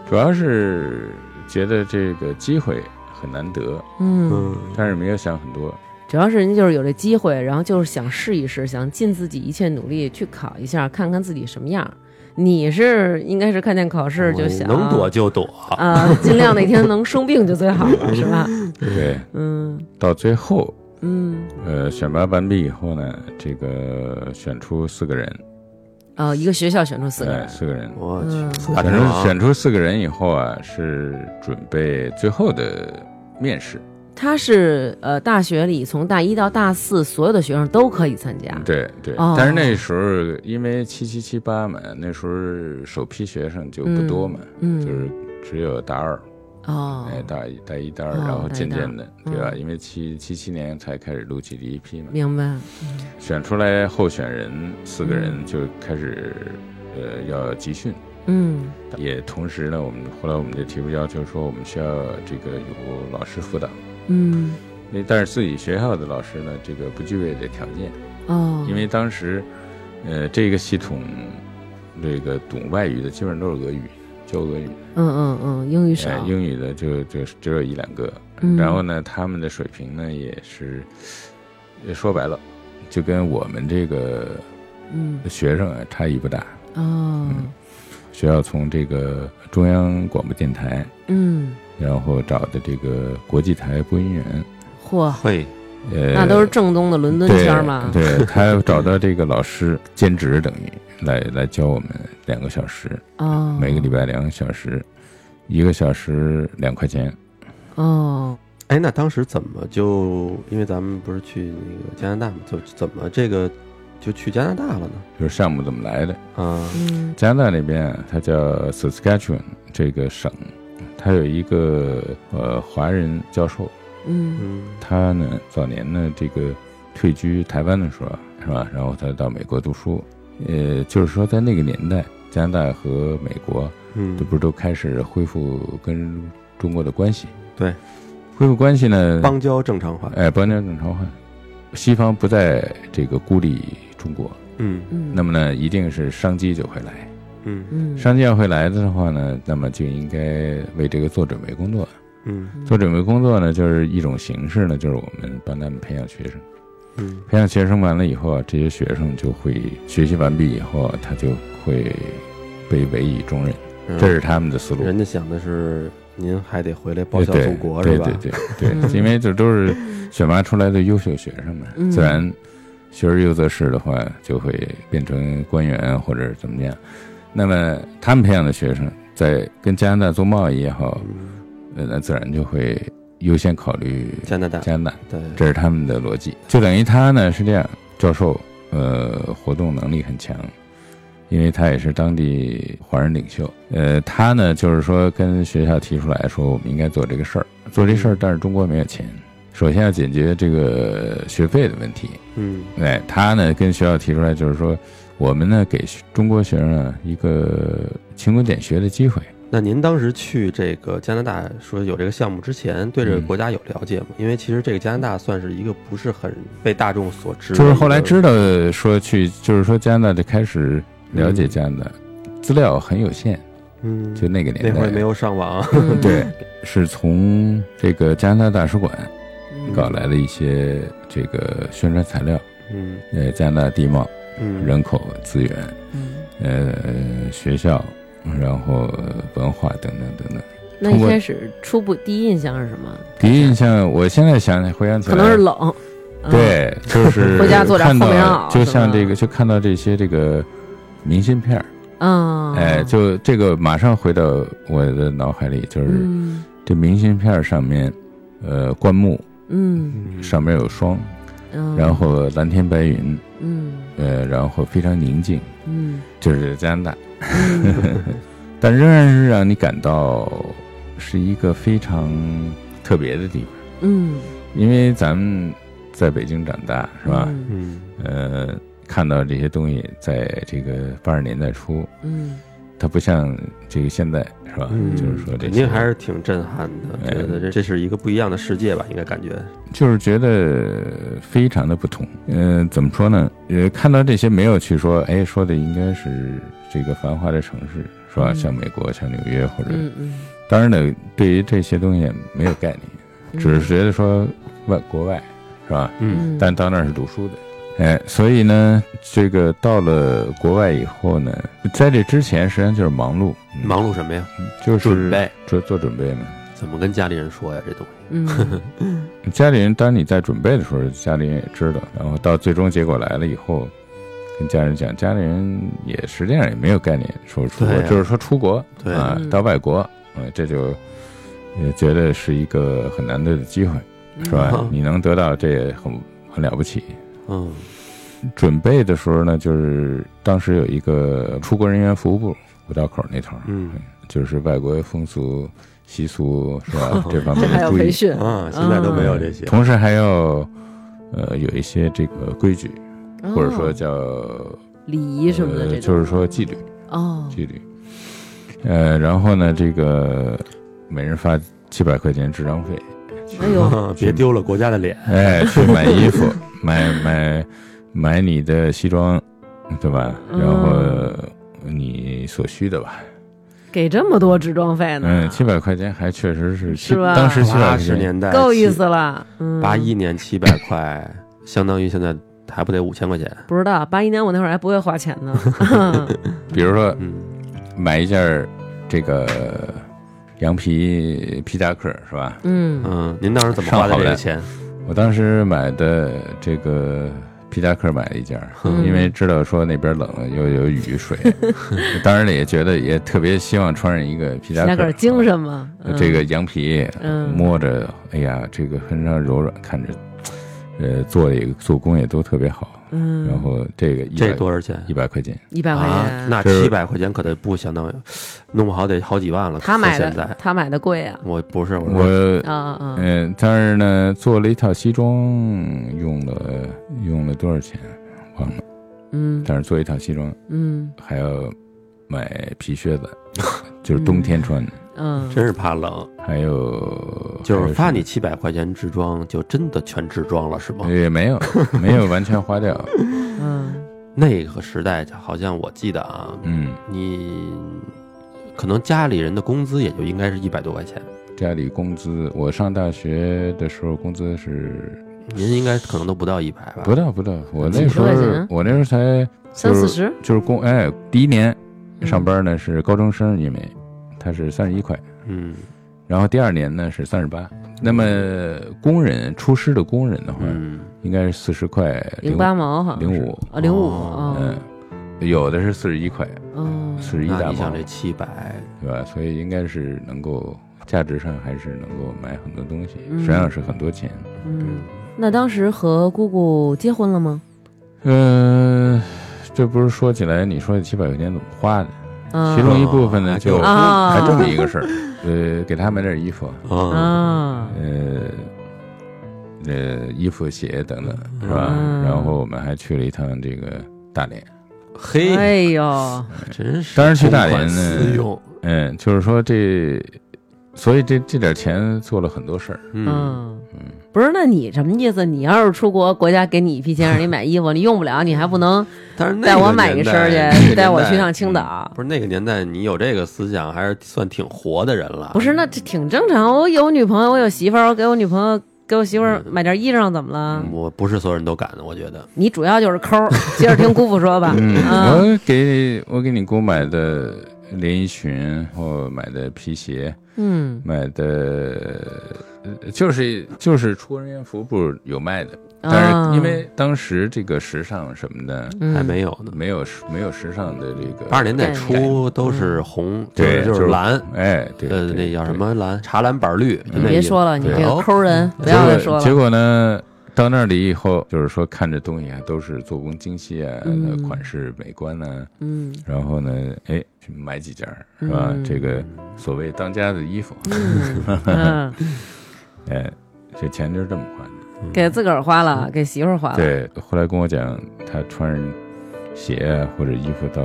主要是觉得这个机会很难得，
嗯，
嗯，
但是没有想很多，
主要是人家就是有这机会，然后就是想试一试，想尽自己一切努力去考一下，看看自己什么样儿。你是应该是看见考试
嗯
就想
能躲就躲，
啊、
<laughs>
尽量哪天能生病就最好了，是吧？
对，
嗯
到最后，
嗯，
呃，选拔完毕以后呢，这个选出四个人，
哦，一个学校选出四个
对，
人，
四个人，
我啊
嗯
去，大
反
成
正
长
选出四个人以后啊，是准备最后的面试，
他是呃大学里从大一到大四所有的学生都可以参加，
对对
哦，
但是那时候因为七七七八嘛，那时候首批学生就不多嘛，
嗯，
就是只有大二。
哦，
哎，大一、大一、大二，
哦
然后渐渐的，
大一大二
对吧？
嗯
因为七七七年才开始录取第一批嘛，
明白，
选出来候选人四个人
嗯
就开始，呃，要集训。
嗯
也同时呢，我们后来我们就提出要求说，我们需要这个有老师辅导。
嗯
那但是自己学校的老师呢，这个不具备这条件，
哦，
因为当时，呃，这个系统，这个懂外语的基本上都是俄语，教俄语，
嗯嗯嗯，英语少
哎，，英语的就就只有一两个，
嗯
然后呢，他们的水平呢也是，呃说白了，就跟我们这个
嗯
学生啊差异不大。
哦，
嗯学校从这个中央广播电台，
嗯，
然后找的这个国际台播音员，
嚯，
会
呃，
那都是正宗的伦敦
对
腔儿嘛，
对 <laughs> 他找到这个老师兼职，等于来来教我们两个小时，
哦，
每个礼拜两个小时，一个小时两块钱。
哦，
哎，那当时怎么就因为咱们不是去那个加拿大嘛，就怎么这个就去加拿大了呢？
就是项目怎么来的？
啊，
嗯
加拿大那边啊，它叫 Saskatchewan 这个省，它有一个呃华人教授，
嗯
嗯，
他呢早年呢这个退居台湾的时候啊是吧，然后他到美国读书，呃，就是说在那个年代，加拿大和美国
嗯
这不是都开始恢复跟中国的关系？
对，
恢复关系呢，
邦交正常化，
哎邦交正常化，西方不再这个孤立中国，
嗯
嗯，
那么呢一定是商机就会来。
嗯
嗯
商界要会来的话呢，那么就应该为这个做准备工作。
嗯
做准备工作呢，就是一种形式呢，就是我们帮他们培养学生。
嗯
培养学生完了以后啊，这些学生就会学习完毕以后啊，他就会被委以重任，
嗯，
这是他们的思路。
人家想的是您还得回来报
对
效祖国
对
是吧？
对对对
嗯
对，因为这都是选拔出来的优秀学生嘛，
嗯
自然学而优则仕的话，就会变成官员或者怎么样。那么他们培养的学生，在跟加拿大做贸易也好，
嗯，
呃，那自然就会优先考虑
加拿大
加拿大，
对，
这是他们的逻辑。就等于他呢是这样，教授呃活动能力很强，因为他也是当地华人领袖。呃，他呢就是说跟学校提出来说，我们应该做这个事儿，做这事儿，但是中国没有钱，首先要解决这个学费的问题。
嗯
哎，他呢跟学校提出来就是说，我们呢给中国学生啊一个勤工俭学的机会。
那您当时去这个加拿大说有这个项目之前，对这
嗯
个国家有了解吗？因为其实这个加拿大算是一个不是很被大众所知的一
就
个，
是后来知道说去，就是说加拿大就开始了解加拿大，资料很有限，
嗯，
就那个年代，
那会儿也没有上网，
<laughs>
嗯
对，是从这个加拿大大使馆
嗯
搞来的一些这个宣传材料，
嗯
呃，加拿大地貌、
嗯，
人口资源、
嗯
呃学校，然后呃文化等等等等。
那一开始初步第一印象是什么？
第一印象，我现在想想回想起
可
来，
能是冷，嗯，
对，就是
回家做点
看
后棉
到，
袄
就是像
吧
这个，就看到这些这个明信片儿，
啊，
哎，就这个马上回到我的脑海里，就是
嗯
这明信片儿上面，呃，灌木
嗯
嗯
上面有霜，
嗯，
然后蓝天白云，
嗯
呃，然后非常宁静，
嗯
就是加拿大，
嗯
<laughs> 但仍然是让你感到是一个非常特别的地方，
嗯，
因为咱们在北京长大，是吧？
嗯
嗯
呃，看到这些东西，在这个八十年代初，
嗯
它不像这个现在，是吧？
嗯，
啊就是说这
肯
些
定还是挺震撼的，
哎
觉得这这是一个不一样的世界吧，应该感觉，
就是觉得非常的不同。嗯、怎么说呢？呃，看到这些没有去说，哎，说的应该是这个繁华的城市，是吧？
嗯
像美国，像纽约，或者、
嗯嗯，
当然呢，对于这些东西也没有概念，只是觉得说外国外，是吧？
嗯，
但到那儿是读书的。哎，所以呢，这个到了国外以后呢，在这之前实际上就是忙碌，嗯
忙碌什么呀？
就是
准备
做做准备嘛。
怎么跟家里人说呀？这东西，
嗯
家里人，当你在准备的时候，家里人也知道，然后到最终结果来了以后，跟家人讲，家里人也实际上也没有概念说出国，
对啊
就是说出国
对
啊
嗯，
到外国，嗯、这就也觉得是一个很难得的机会， <laughs> 是吧？
嗯
你能得到这也很很了不起，
嗯
准备的时候呢，就是当时有一个出国人员服务部五道口那头，
嗯？
就是外国风俗习俗是吧
<laughs>
这方
这
面
<laughs> 还
的
有
注
培
意，
训
啊，现在都没有这些，
嗯同时还要呃有一些这个规矩，或者说
哦
叫
礼仪什么的
呃
这种，
就是说纪律
哦，
纪律。呃，然后呢，这个每人发七百块钱智商
<laughs>
费，
哎呦，
啊 <laughs> 别丢了国家的脸，
哎，去买衣服， <laughs> 买买买你的西装，对吧？
嗯
然后呃你所需的吧，
给这么多置装费呢？
嗯，七百块钱还确实是，
是吧
当时七百
八
块
十
钱，
年代
够意思了。嗯，
八一年七百块，相当于现在还不得五千块钱，
不知道，八一年我那会儿还不会花钱呢。 <laughs> 嗯
比如说
嗯
买一件儿这个羊皮皮夹克是吧？
嗯
嗯，您当时怎么花的这
上好
个
了
钱？
我当时买的这个皮夹克买了一件儿，
嗯
因为知道说那边冷又有雨
<laughs>
水，当然了也觉得也特别希望穿上一个皮夹
那
克
个，精神嘛，嗯
呃这个羊皮，
嗯
摸着，哎呀，这个非常柔软，看着，呃，做的也做工也都特别好。
嗯，
然后这个一
这
百
多少钱？
一百块钱，
一百块
啊，
钱，
那
就是
七百块钱可得不相当于，弄不好得好几万了。
他买
现
的
在
他买的贵啊
我不是我
我
说
啊啊！啊
嗯，但是呢，做了一套西装用了用了多少钱忘了，
嗯
但是做一套西装
嗯
还要买皮靴子，就是冬天穿的，
嗯，
真是怕冷，
还有
就是怕
发
你七百块钱置装，就真的全置装了是吗？
也没
<laughs>
有没有完全花掉，
嗯
那个时代好像我记得啊，
嗯，
你可能家里人的工资也就应该是一百多块钱，
家里工资，我上大学的时候工资是
您应该可能都不到一百吧？
不到不到，我
嗯
几
那时
十
候
块
啊
钱
我那时候才
三四十
就是工哎，第一年上班呢是高中生，因为他是三十一块，
嗯
然后第二年呢是三十八。那么工人出师的工人的话，
嗯，
应该是四十块
零八毛哈，
零五，
啊零五
哦
嗯，有的是四十一块，
嗯
四十一
那
大
你
毛
想，这七百，
对吧？所以应该是能够价值上还是能够买很多东西，
嗯
实际上是很多钱。
嗯，那当时和姑姑结婚了吗？
嗯，这不是说起来，你说这七百块钱怎么花的？
嗯
其中一部分呢，就
啊
啊
还这么一个事儿，呃，给他买点衣服，
嗯
啊
呃，呃，衣服、鞋等等，是吧？
嗯
然后我们还去了一趟这个大连，嗯
嘿，
哎
<laughs>
呦，
真是
当然去大
公
连
款
呢
私用，
嗯，就是说这，所以这这点钱做了很多事儿，
嗯
嗯
嗯，
不是，那你什么意思？你要是出国，国家给你一批钱让你买衣服，你用不了，你还不能
但 <laughs> 是那
带
个
我买一
年
身
代
儿
那个
去，
年
带我
代嗯
去趟青岛？
不是那个年代，你有这个思想还是算挺活的人了。
不是，那这挺正常。我有女朋友，我有媳妇儿，我给我女朋友给我媳妇儿买件衣裳，怎么了？
嗯我不是所有人都敢的，我觉得。
你主要就是抠儿。 <laughs> 接着听姑父说吧。
嗯，
啊，
我给我给你给我买的连衣裙，然后买的皮鞋，
嗯
买的呃就是就是出国人员服部有卖的，
啊
但是因为当时这个时尚什么的
嗯
还没有呢。
没有时没有时尚的这个
八十年代
概
初都
嗯
是红，
对
就是
就是
蓝，
哎，对，
呃，
对嗯
那叫什？么蓝？茶蓝板绿。
你
就那
别
意思
说了，你
对
这个
哦
抠儿人，不
对
要再
结
说
果
了。
结果呢，到那里以后，就是说看着东西啊，都是做工精细啊，
嗯
呃款式美观呢、
嗯
然后呢，哎，去买几件儿是吧？
嗯
这个所谓当家的衣服，
嗯嗯，
哎，这钱就是这么花的。
给自个儿花了，给媳妇儿花
嗯
了。
对，后来跟我讲，他穿上鞋啊或者衣服到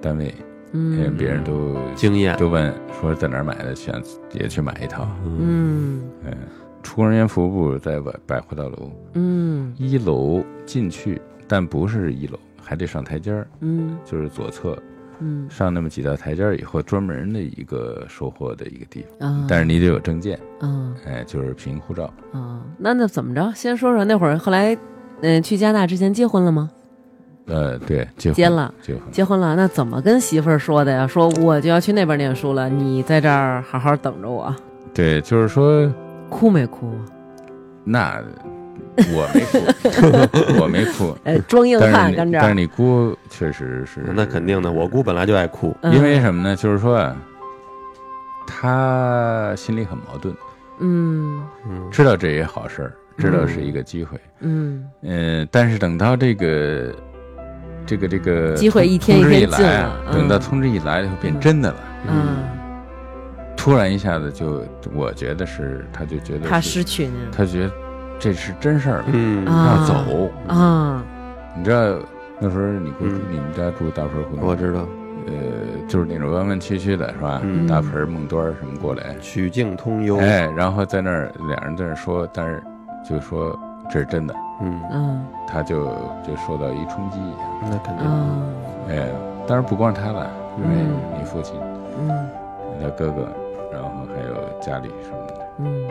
单位，哎
嗯
别人都
经验，
都问说在哪儿买的，想也去买一套。
嗯，
嗯
嗯，出国人员服务部在百百货大楼
嗯
一楼进去，但不是一楼，还得上台阶儿，
嗯
就是左侧
嗯
上那么几道台阶儿以后，专门的一个收货的一个地方。
啊，
但是你得有证件，
啊
哎，就是凭护照。
啊，那那怎么着？先说说那会儿，后来嗯、去加拿大之前结婚了吗？
呃，对，结婚
结了，
结婚。
结婚了，那怎么跟媳妇儿说的呀？说我就要去那边念书了，你在这儿好好等着我。
对，就是说
哭没哭？啊
那我没哭，我没
<laughs>
哭，
哎，装硬
但
汉
是
跟
你
这
但是
儿，
你姑确实是，
那肯定的。我姑本来就爱哭，
嗯
因为什么呢？就是说啊，她心里很矛盾，
嗯
嗯，
知道这也好事儿，知道是一个机会，
嗯，
嗯，但是等到这个这个这个
机会一天一
通知
天
一
近
来啊
了，嗯
等到通知一来以后变真的了，
嗯，
突然一下子就，我觉得是，她就觉得
嗯怕
是，
失去您
她觉得这是真事儿了，
嗯
啊
要走，
啊，
你知道。那时候你姑、
嗯
你们家住大河湖那边
我知道。
呃，就是那种弯弯曲曲的，是吧？
嗯
大盆儿梦端儿什么过来，
曲径通幽，
哎，然后在那儿俩人在那儿说，但是就说这是真的，
嗯，
嗯
他就就受到一冲击一下，
那肯定。
啊，
哎，当然不光是他了，因为
嗯
你父亲、
嗯
你的哥哥，然后还有家里什么的，
嗯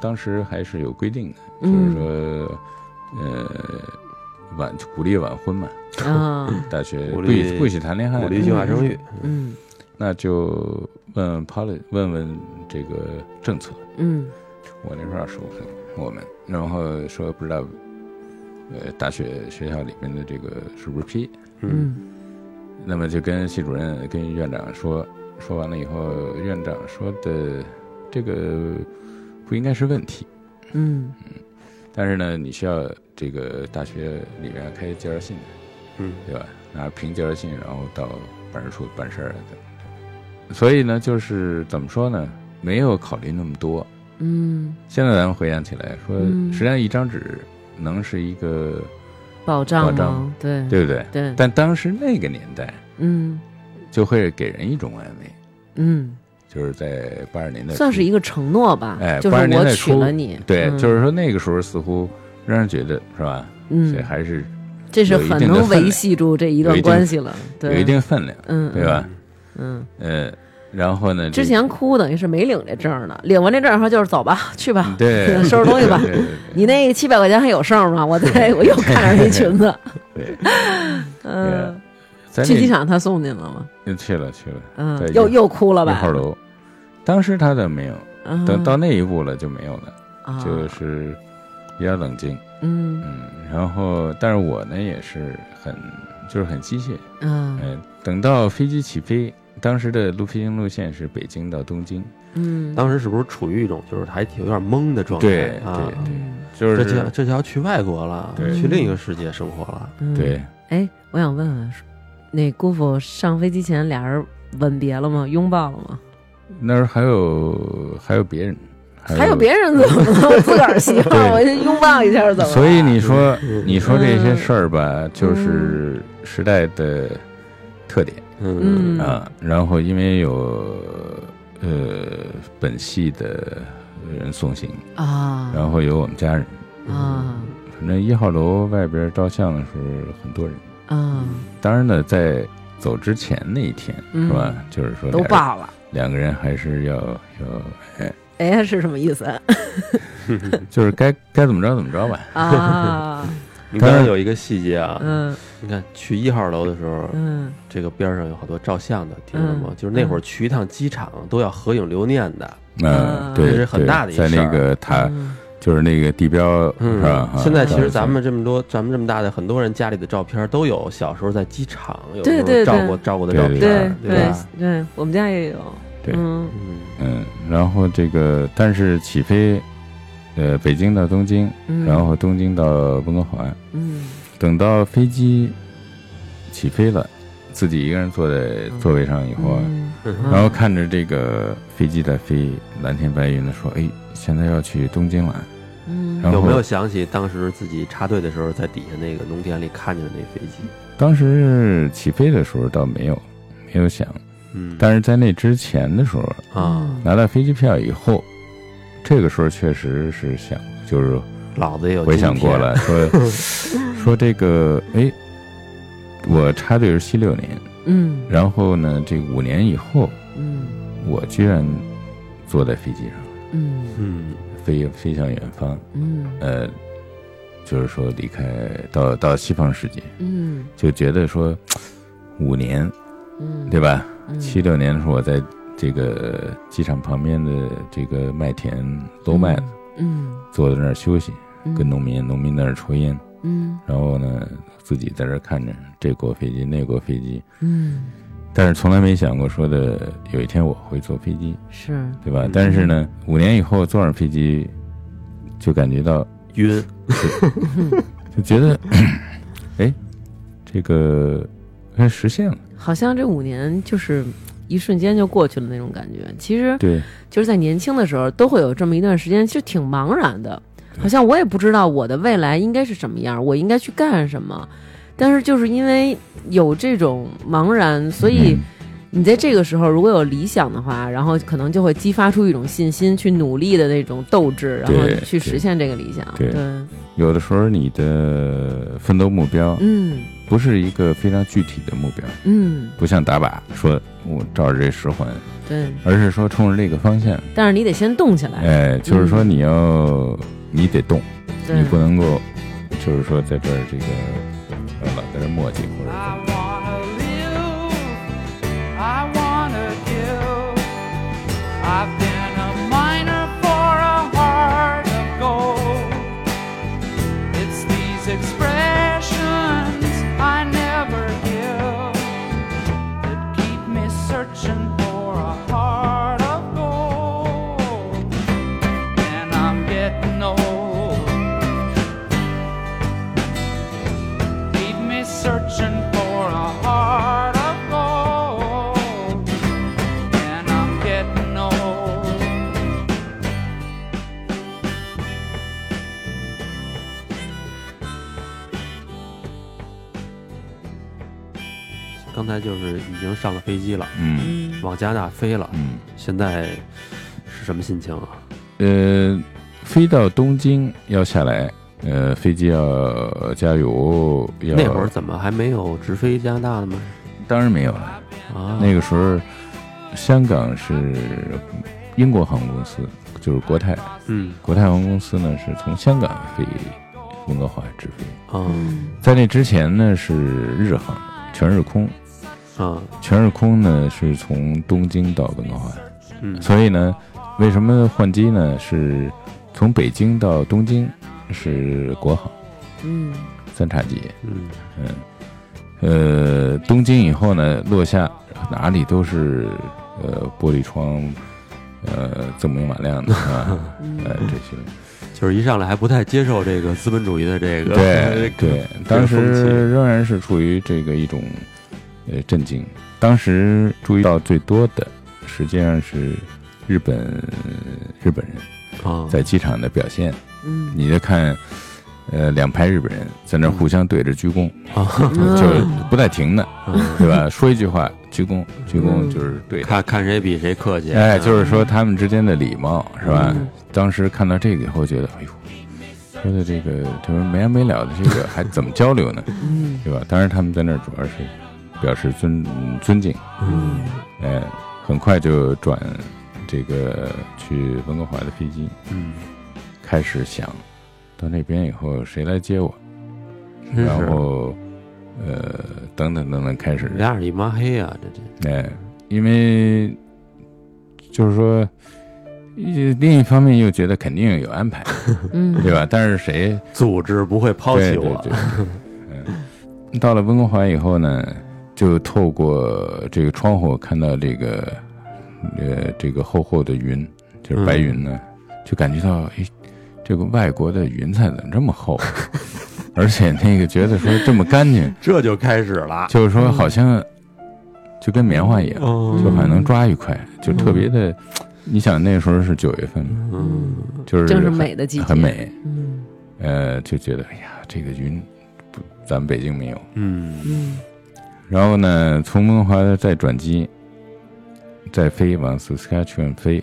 当时还是有规定的，就是
嗯
说，呃，晚鼓励晚婚嘛，
啊，
大学
鼓
不
励
许不许谈恋爱
鼓
的，
励计划生育，
嗯
那就问问 policy，问问这个政策。
嗯
我那时候二十五岁，我们然后说不知道，呃，大学学校里面的这个是不是批？
嗯，
嗯
那么就跟系主任、呃跟院长说，说完了以后，院长说的这个不应该是问题，
嗯
但是呢，你需要这个大学里面开介绍信，
嗯，
对吧？拿凭介绍信，然后到办事处办事儿的。所以呢，就是怎么说呢？没有考虑那么多，
嗯，
现在咱们回想起来，说
嗯
实际上一张纸能是一个，
保障
保障
吗？对
对不对？
对，
但当时那个年代，
嗯
就会给人一种安慰，
嗯，
就是在八十年代初，
算是一个承诺吧，
哎
就是
80年
我
代
娶
初
了你，
对，
嗯
就是说那个时候似乎让人觉得是吧？
嗯
这，还是
这是
有一
很
定的
能
分
维
量
系住这一
有
段
一定
关系了，
有
对，
一定分量，
嗯，
对吧？
嗯？
呃，然后呢，
嗯，
这
之前哭等于是没领这证儿呢，领完这证儿后就是走吧，去吧，
嗯
<laughs>
对
收拾东西啊吧
对对对
你那七百块钱还有剩吗？我再我又看上一裙子，
对，
嗯
在
去机
那
场他送您了吗？
呃去了去了在
嗯，又
一
又哭了
一
吧？
号楼，当时他的没有，
嗯，
等到那一步了就没有了，
啊
就是比较冷静，
嗯
嗯，然后但是我呢也是很就是很机械，
嗯
嗯，等到飞机起飞，当时的路飞行路线是北京到东京，
嗯，
当时是不是处于一种就是还挺有点懵的状态？
对
啊，
对
嗯
就
这就是这就要去外国了，
对
去另一个世界生活了。
嗯
对。
哎，我想问问，那姑父上飞机前俩人吻别了吗？拥抱了吗？
那儿还有还有别人，
还有别人怎么了？我自个儿媳妇儿，我就拥抱一下怎么了？嗯
所以你说
嗯
你说这些事儿吧，就是时代的特点
嗯
啊。然后因为有呃本系的人送行，
啊，
然后有我们家人，
嗯
啊
反正一号楼外边照相的时候很多人。
啊，
当然呢，在走之前那一天
嗯
是吧？就是说
都
俩人
爆了。
两个人还是要要
哎，是什么意思
嗯
<laughs> 就是该该怎么着怎么着吧。
啊？
你刚刚有一个细节啊，
嗯
你看去一号楼的时候，
<laughs>
嗯
这个边上有好多照相的，听着吗
嗯？
就是那会儿去一趟机场都要合影留念的。
嗯，
啊
对，
这是很
对
大的一
在
事
那
儿啊嗯
个塔，
嗯
就是那个地标，是吧？啊
现在其
对
实咱们这么多，咱们这么大的很多人家里的照片都有小时候在机场有
对
时候
对对
照过照过的照片，
对
吧？
对，我们家也有。
对
嗯
嗯
嗯，然后这个，但是起飞，呃，北京到东京，
嗯，
然后东京到温哥华，
嗯
等到飞机起飞了，自己一个人坐在
嗯
座位上以后啊，
嗯嗯
然后看着这个飞机在飞，蓝天白云的说，哎，现在要去东京了，
嗯
然后
有没有想起当时自己插队的时候，在底下那个农田里看见的那飞机？
当时起飞的时候倒没有没有想，
嗯，
但是在那之前的时候，
啊，
拿到飞机票以后，这个时候确实是想，就是
老子也有
回想过
<laughs>
了，说
嗯
说这个，哎，我插队是七六年，
嗯
然后呢，这五年以后，
嗯
我居然坐在飞机上，
嗯
今天，
飞飞向远方，
嗯
呃，就是说离开到到西方世界，
嗯
就觉得说五年
嗯，
对吧？
嗯
七六年的时候，我在这个机场旁边的这个麦田楼麦子，
嗯，
坐在那儿休息。
嗯
跟农民，农民在那儿抽烟，
嗯
然后呢，自己在这儿看着这国飞机那国飞机，
嗯
但是从来没想过说的有一天我会坐飞机，
是
对吧
嗯？
但是呢，五年以后坐上飞机，就感觉到
晕，
就觉得， <clears throat> 哎，这个哎实现
<laughs>
了，
好像这五年就是一瞬间就过去了那种感觉。其实
对，
就是在年轻的时候，都会有这么一段时间，其实挺茫然的，好像我也不知道我的未来应该是什么样，我应该去干什么。但是就是因为有这种茫然，所
嗯
以你在这个时候如果有理想的话，然后可能就会激发出一种信心，去努力的那种斗志，然后
对
去实现这个理想。
对嗯有的时候你的奋斗目标
嗯
不是一个非常具体的目标，
嗯，
不像打靶说我照着这十环，
对。
而是说冲着这个方向。
但是你得先动起来，
哎，就是说你要你得动，
嗯对
你不能够就是说在这儿这个呃老在这儿磨叽或者怎
啊
么
I wanna live, I wanna give. I've been a miner for a heart of gold. It's these expressions I never give that keep me searching for a heart of gold. And I'm getting old. Leave me searching for a heart of gold, and I'm getting old.
刚才就是已经上了飞机了，
嗯
往加拿大飞了，
嗯
现在是什么心情啊？
呃，飞到东京要下来，呃，飞机要加油，要
那会儿怎么还没有直飞加拿大的吗？
当然没有了，
啊，
那个时候香港是英国航空公司，就是国泰，
嗯
国泰航空公司呢是从香港飞温哥华直飞，
嗯
在那之前呢是日航，全日空，
啊，
全日空呢是从东京到温哥华，
嗯
所以呢，为什么换机呢？是从北京到东京是国航
嗯，
三叉戟，
嗯
呃，东京以后呢，落下哪里都是呃玻璃窗，呃锃明瓦亮的啊，呃这些。
就是一上来还不太接受这个资本主义的这个
对
<laughs> 这个
对，当
风气
时仍然是处于这个一种呃震惊。当时注意到最多的实际上是日本日本人
啊，
在机场的表现。
嗯，
你就看，呃，两排日本人在那儿互相对着鞠躬，
啊，
嗯
就是不带停的，
嗯
对吧？说一句话，鞠躬，鞠
嗯
躬就是对的。
<laughs> 看看谁比谁客气，啊
哎，就是说他们之间的礼貌是吧
嗯？
当时看到这个以后，觉得哎呦，说的这个就是没完没了的，这个还怎么交流呢？对吧？当然他们在那儿主要是表示尊嗯尊敬，
嗯
哎，很快就转这个去温哥华的飞机，
嗯，
开始想到那边以后谁来接我，
真
然
嗯是
后呃等等等等开始
俩眼一抹黑啊，这这
哎，因为就是说，一另一方面又觉得肯定有安排，
嗯，
<laughs>
对吧？但是谁
组织不会抛弃我
对，对对嗯，到了温哥华以后呢，就透过这个窗户看到这个呃这个厚厚的云，就是
嗯
白云呢，就感觉到哎，这个外国的云彩怎么这么厚？啊 <laughs> 而且那个觉得说这么干净，
这就开始了，
就是说好像就跟棉花一样。
嗯
就好像能抓一块，就特别
嗯
的。你想那时候是九月份嘛，
嗯
就是
正是
很
美的季节，
很美。
嗯
呃，就觉得哎呀，这个云不，咱们北京没有。
嗯
嗯
然后呢，从温哥华再转机，再飞往 Saskatchewan 飞，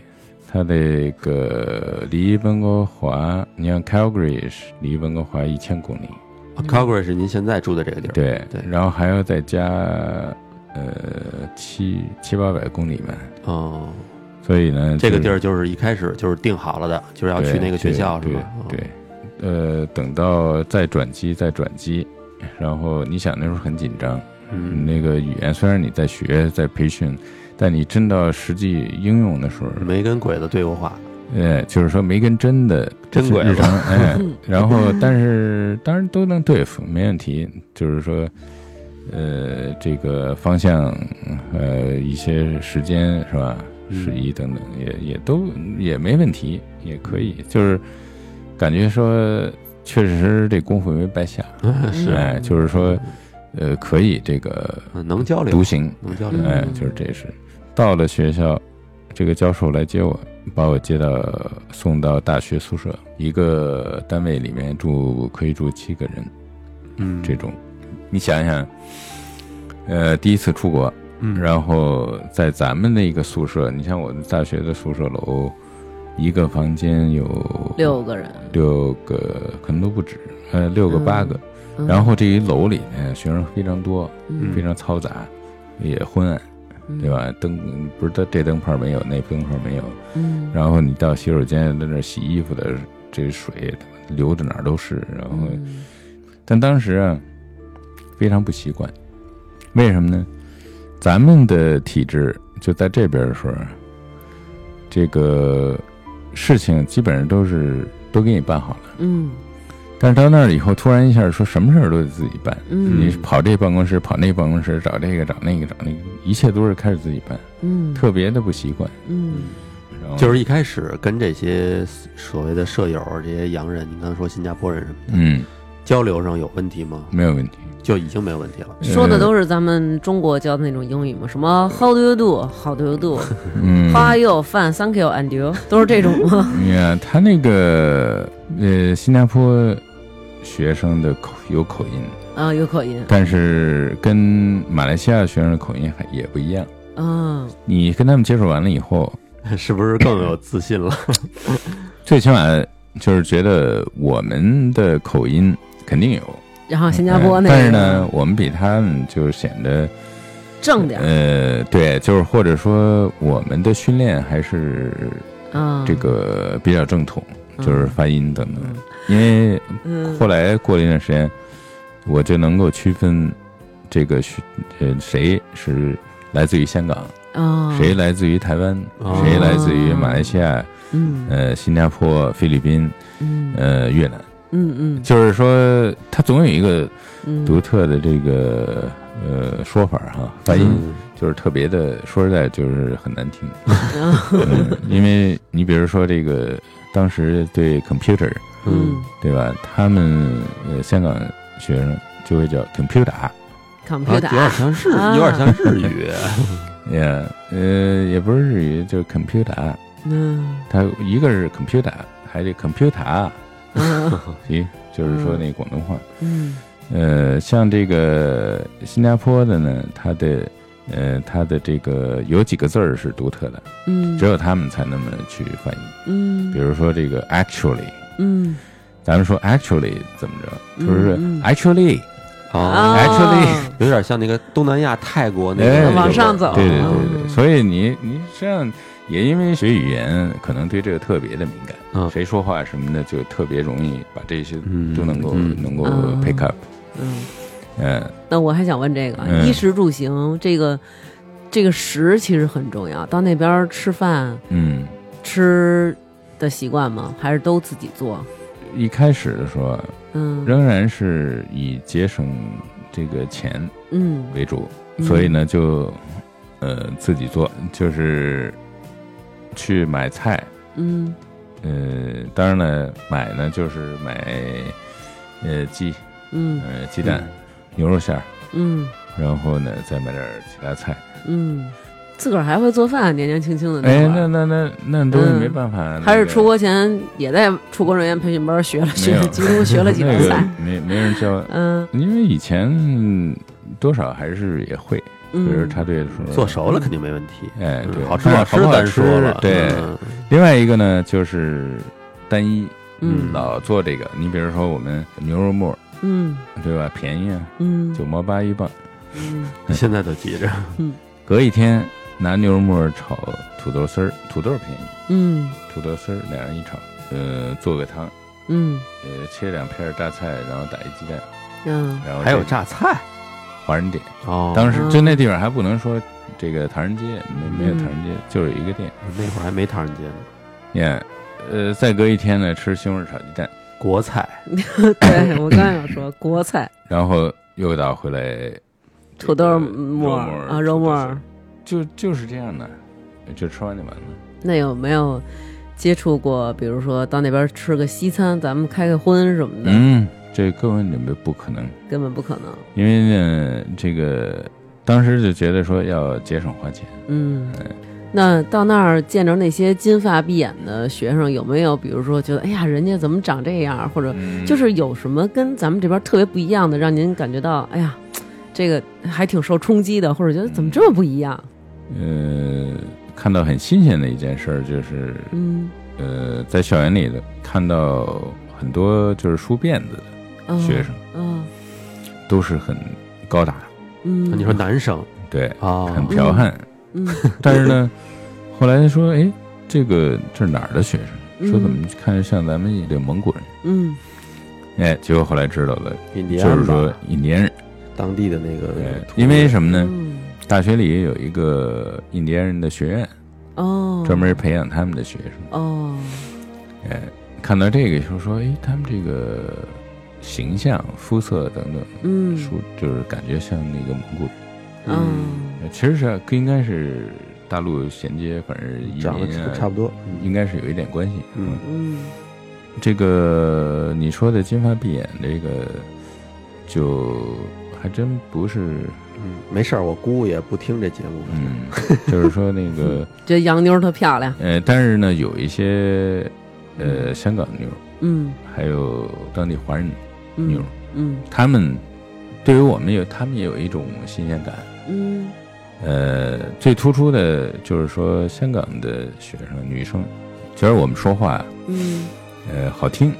它那个离温哥华，你像 Calgary 是离温哥华一千公里，
啊，Calgary 是您现在住的这个地儿，
对，
对
然后还要再加呃七七八百公里吧，
哦，
所以呢，
这个
就
地儿就是一开始就是定好了的，就是要去那个学校是
对
吧？哦嗯
对，对呃，等到再转机，再转机，然后你想那时候很紧张，
嗯，
那个语言虽然你在学在培训，但你真到实际应用的时候，
没跟鬼子对
<laughs>
过话，
呃，就是说没跟真的
真嗯
是
鬼
日
子
常，哎，然后但是当然都能对付，没问题，就是说。呃，这个方向，呃，一些时间是吧？
嗯
适宜等等，也也都也没问题，也可以，就是感觉说，确实这功夫没白下，
嗯是
哎，就是说，呃，可以这个
嗯能交流
独，行，
能交流
嗯，
哎，就是这是。到了学校，这个教授来接我，把我接到送到大学宿舍，一个单位里面住可以住七个人，
嗯，
这种，你想想，呃，第一次出国，
嗯，
然后在咱们那个宿舍，你像我的大学的宿舍楼，一个房间有
六个人，
六个，可能都不止，呃，六个
嗯
八个。
嗯
然后这一楼里呢，学生非常多，
嗯
非常嘈杂，也昏暗，对？吧？灯不是这这灯泡没有，那灯泡没有。
嗯，
然后你到洗手间在那儿洗衣服的这水流的哪儿都是，然后
嗯
但当时啊，非常不习惯，为什么呢？咱们的体制就在这边的时候啊，这个事情基本上都是都给你办好了，
嗯
但是到那儿以后，突然一下说什么事儿都得自己办，
嗯
你跑这办公室，跑那办公室，找这个找那个找那个，一切都是开始自己办，
嗯，
特别的不习惯。
嗯
然后
就是一开始跟这些所谓的舍友、这些洋人，你刚才说新加坡人什么的，
嗯，
交流上有问题吗？
没有问题。
就已经没有问题了。
<laughs>
说的都是咱们中国教的那种英语嘛，什么 How do you do? How do you do?
嗯
How are you? Fine, thank you, and you 都是这种吗？
哎呀，他那个呃，新加坡学生的口有口音，
啊，有口音，
但是跟马来西亚学生的口音还也不一样。
嗯
你跟他们接触完了以后，
是不是更有自
<laughs>
信了？
最起码就是觉得我们的口音肯定有，
然啊后新加坡
呃
那个，
但是呢，我们比他们就是显得
正点儿，
呃，对，就是或者说我们的训练还是
嗯，
这个比较正统，
嗯
就是发音等等，因为
嗯
后来过了一段时间，我就能够区分这个需呃谁是来自于香港，
啊，
谁？来自于台湾，
嗯哦
谁来自于马来西亚、
嗯
呃新加坡、菲律宾、
嗯
呃越南，
嗯
就是说它总有一个
嗯，
独特的这个呃说法儿哈，发音
嗯
就是特别的，说实在就是很难听。
嗯
嗯， <laughs> 因为你比如说这个当时对 computer
嗯
<laughs> 嗯
对吧？他们呃香港学生就会叫 computer，
啊，有点
，computer，
像日，
啊
有点像日
<laughs> 啊
语，
也、呃也不是日语，就是 computer。
嗯
它一个是 computer，还得 computer，
嗯
咦，就是说那广东话。
嗯
呃，像这个新加坡的呢，它的呃它的这个有几个字儿是独特的，
嗯，
只有他们才那么去翻译。
嗯，
比如说这个 actually，
嗯
咱们说 actually 怎么着？就是
嗯嗯哦
actually，
啊，
actually-
有点像那个东南亚泰国那
哎
个
往上
啊
走
对对
哦
嗯
对对，所以你你这样也因为学语言，可能对这个特别的敏感，
嗯
谁说话什么的就特别容易把这些
嗯
都能够、
嗯
能够
嗯
pick up，
<laughs> 嗯。
嗯、
那我还想问这个
嗯
衣食住行，这个这个食其实很重要。到那边儿吃饭
嗯。
吃的习惯吗？还是都自己做？
一开始的时候啊，
嗯
仍然是以节省这个钱
嗯
为主，
嗯
所以呢，就呃自己做，就是去买菜，
嗯
呃，当然了，买呢就是买呃鸡，
嗯
呃鸡蛋、牛肉馅儿，
嗯
然后呢再买点儿其他菜。
嗯，自个儿还会做饭，年年轻轻的
哎，
会
那
儿
那那那都是
嗯
没办法，那
还是
个
出国前也在出国人员培训班学了
没
学
有，
几乎学了 <laughs> 几
那
道
个
菜。
没没人教，
嗯
因为以前多少还是也会，比如
嗯，
插队的时候
做熟了肯定没问题。
哎，
嗯
对，
好吃不好吃
好不好
咱说了，
对。
嗯
另外一个呢，就是单一，
嗯
老做这个。你比如说我们牛肉末，
嗯
对吧？便宜啊，
嗯
九毛八一磅，
嗯
现在都急着，
隔一天拿牛肉末炒土豆丝儿，土豆便宜，
嗯
土豆丝儿两人一炒，呃，做个汤，
嗯
呃，切两片榨菜，然后打一鸡蛋，
嗯
然后
还有
这
榨菜
华人店。
哦
当时
哦
就那地方还不能说这个唐人街，没没有
嗯
唐人街，就是一个店。
那会儿还没唐人街呢，
耶，呃，再隔一天呢，吃西红柿炒鸡蛋。
国菜
对我刚想 <coughs> 说国菜
然后又到回来，
土豆
肉末
末儿啊肉末儿。
就就是这样的，就吃完就完了。
那有没有接触过，比如说到那边吃个西餐，咱们开个荤什么的，
嗯，这根本准备不可能，
根本不可能。
因为呢，这个当时就觉得说要节省花钱，
嗯，那到那儿见着那些金发碧眼的学生，有没有比如说觉得，哎呀，人家怎么长这样，或者
嗯
就是有什么跟咱们这边特别不一样的，让您感觉到，哎呀，这个还挺受冲击的，或者觉得怎么这么不一样？
呃，看到很新鲜的一件事儿，就是
嗯，
呃，在校园里的看到很多就是梳辫子的
嗯
学生，
嗯
都是很高大，
嗯，
你说男生
对，
啊，
很剽悍，
嗯，
但是
<laughs>
呢，后来说，哎，这个这是哪儿的学生？ <laughs> 说
嗯
怎么看着像咱们这个蒙古人？
嗯
哎，结果后来知道了，
印第
就
安
是
吧
说印第安人。
当地的那个
哎，
土著，
因为什么呢？
嗯
大学里有一个印第安人的学院，
嗯
哦，
专门培养他们的学生。
哦，
哎，看到这个时候说，哎，他们这个形象、肤色等等，
嗯
说就是感觉像那个蒙古人。
嗯
呃其实是应该是大陆衔接，反正移
长
民
得
啊
差不多，
应该是有一点关系。
嗯
嗯
这个你说的金发碧眼，这个就还真不是，
嗯，没事儿，我姑也不听这节目，
嗯，就是说那
<laughs>
个，
觉得洋妞儿特漂亮，
呃，但是呢，有一些呃香港妞，
嗯
还有当地华人妞
嗯，嗯
他们对于我们有，他们也有一种新鲜感。
嗯
呃，最突出的就是说香港的学生女生，觉得我们说话
嗯
呃好听，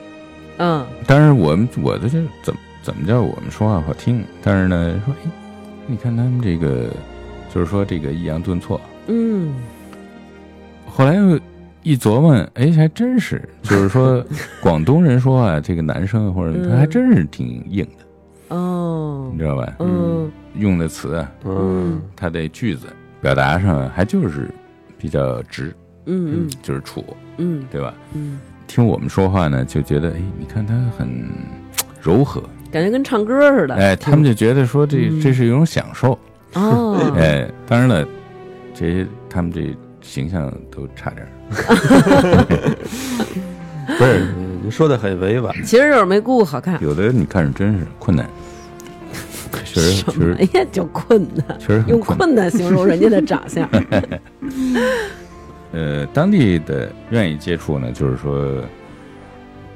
嗯
当然我们我的这怎么怎么叫我们说话好听，但是呢说，哎，你看他们这个，就是说这个抑扬顿挫。
嗯
后来又一琢磨，哎，还真是，就是说广东人说 <laughs> 话，这个男生或者
嗯
他还真是挺硬的，
哦
你知道吧？
嗯
用的词啊，
<laughs> 嗯，
它的句子表达上啊还就是比较直，
嗯嗯
就是楚，
嗯
对吧？
嗯，
听我们说话呢，就觉得哎，你看他很柔和，
感觉跟唱歌似的。
哎，他们就觉得说这
嗯
这是一种享受，
哦，
<laughs> 哎，当然了，这些他们这形象都差点儿，
不是，嗯你你说的很委婉，
其实就是没姑姑好看。
有的你看着真是困难，确实确
什么
实
呀，就困难，
确实很
用
困难。
困难形容人家的长
<laughs>
相。
呃，当地的愿意接触呢，就是说，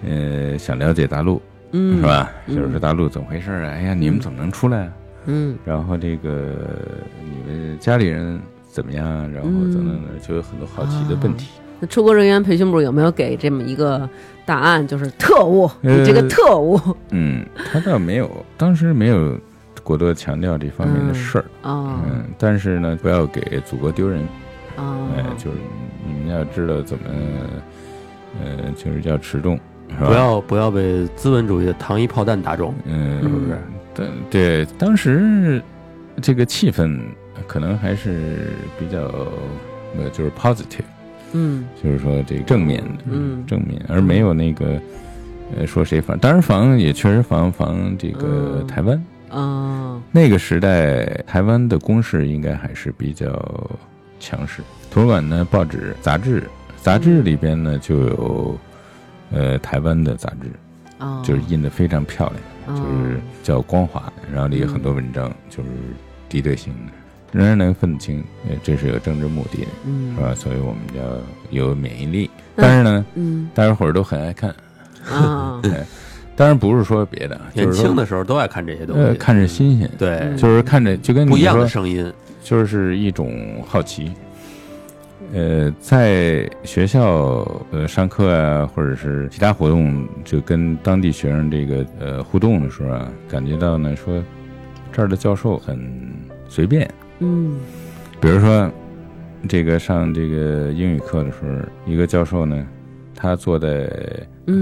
呃，想了解大陆
嗯，
是？吧？
嗯
就是说大陆怎么回事啊？哎呀，你们怎么能出来啊？
嗯
然后这个你们家里人怎么样啊？然后
嗯
等等的，就有很多好奇的
啊
问题。
那出国人员培训部有没有给这么一个答案？就是特务，你这个
呃
特务
嗯，他倒没有，当时没有过多强调这方面的事儿。
啊
嗯，但是呢，不要给祖国丢人。哎
啊，，
就是你们要知道怎么，呃，就是要持重，是吧？
不要不要被资本主义的糖衣炮弹打中，
嗯，
是不是？
对对，当时这个气氛可能还是比较呃，就是 positive，
嗯
就是说这个正面的，
嗯
正面，而没有那个呃说谁防，当然防也确实防防这个
嗯
台湾。
啊，
那个时代，台湾的攻势应该还是比较强势。图书馆呢，报纸、杂志，杂志里边呢就有呃台湾的杂志，
哦
就是印的非常漂亮。就是叫光华，然后里有很多文章就是敌对性的，仍然能分得清，呃，这是有政治目的的，
嗯
是吧？所以我们要有免疫力。
嗯
但是呢，
嗯
大家伙儿都很爱看，
啊，
当然不是说别的啊，就
年
是
轻
说
的时候都爱看这些东
呃
西，
看着新嗯鲜，
对，
就是看着就跟
不
你
一样的
说，
声音，
就是一种好奇。呃，在学校呃上课啊，或者是其他活动，就跟当地学生这个呃互动的时候啊，感觉到呢说这儿的教授很随便，
嗯
比如说，这个上这个英语课的时候，一个教授呢，他坐在
嗯，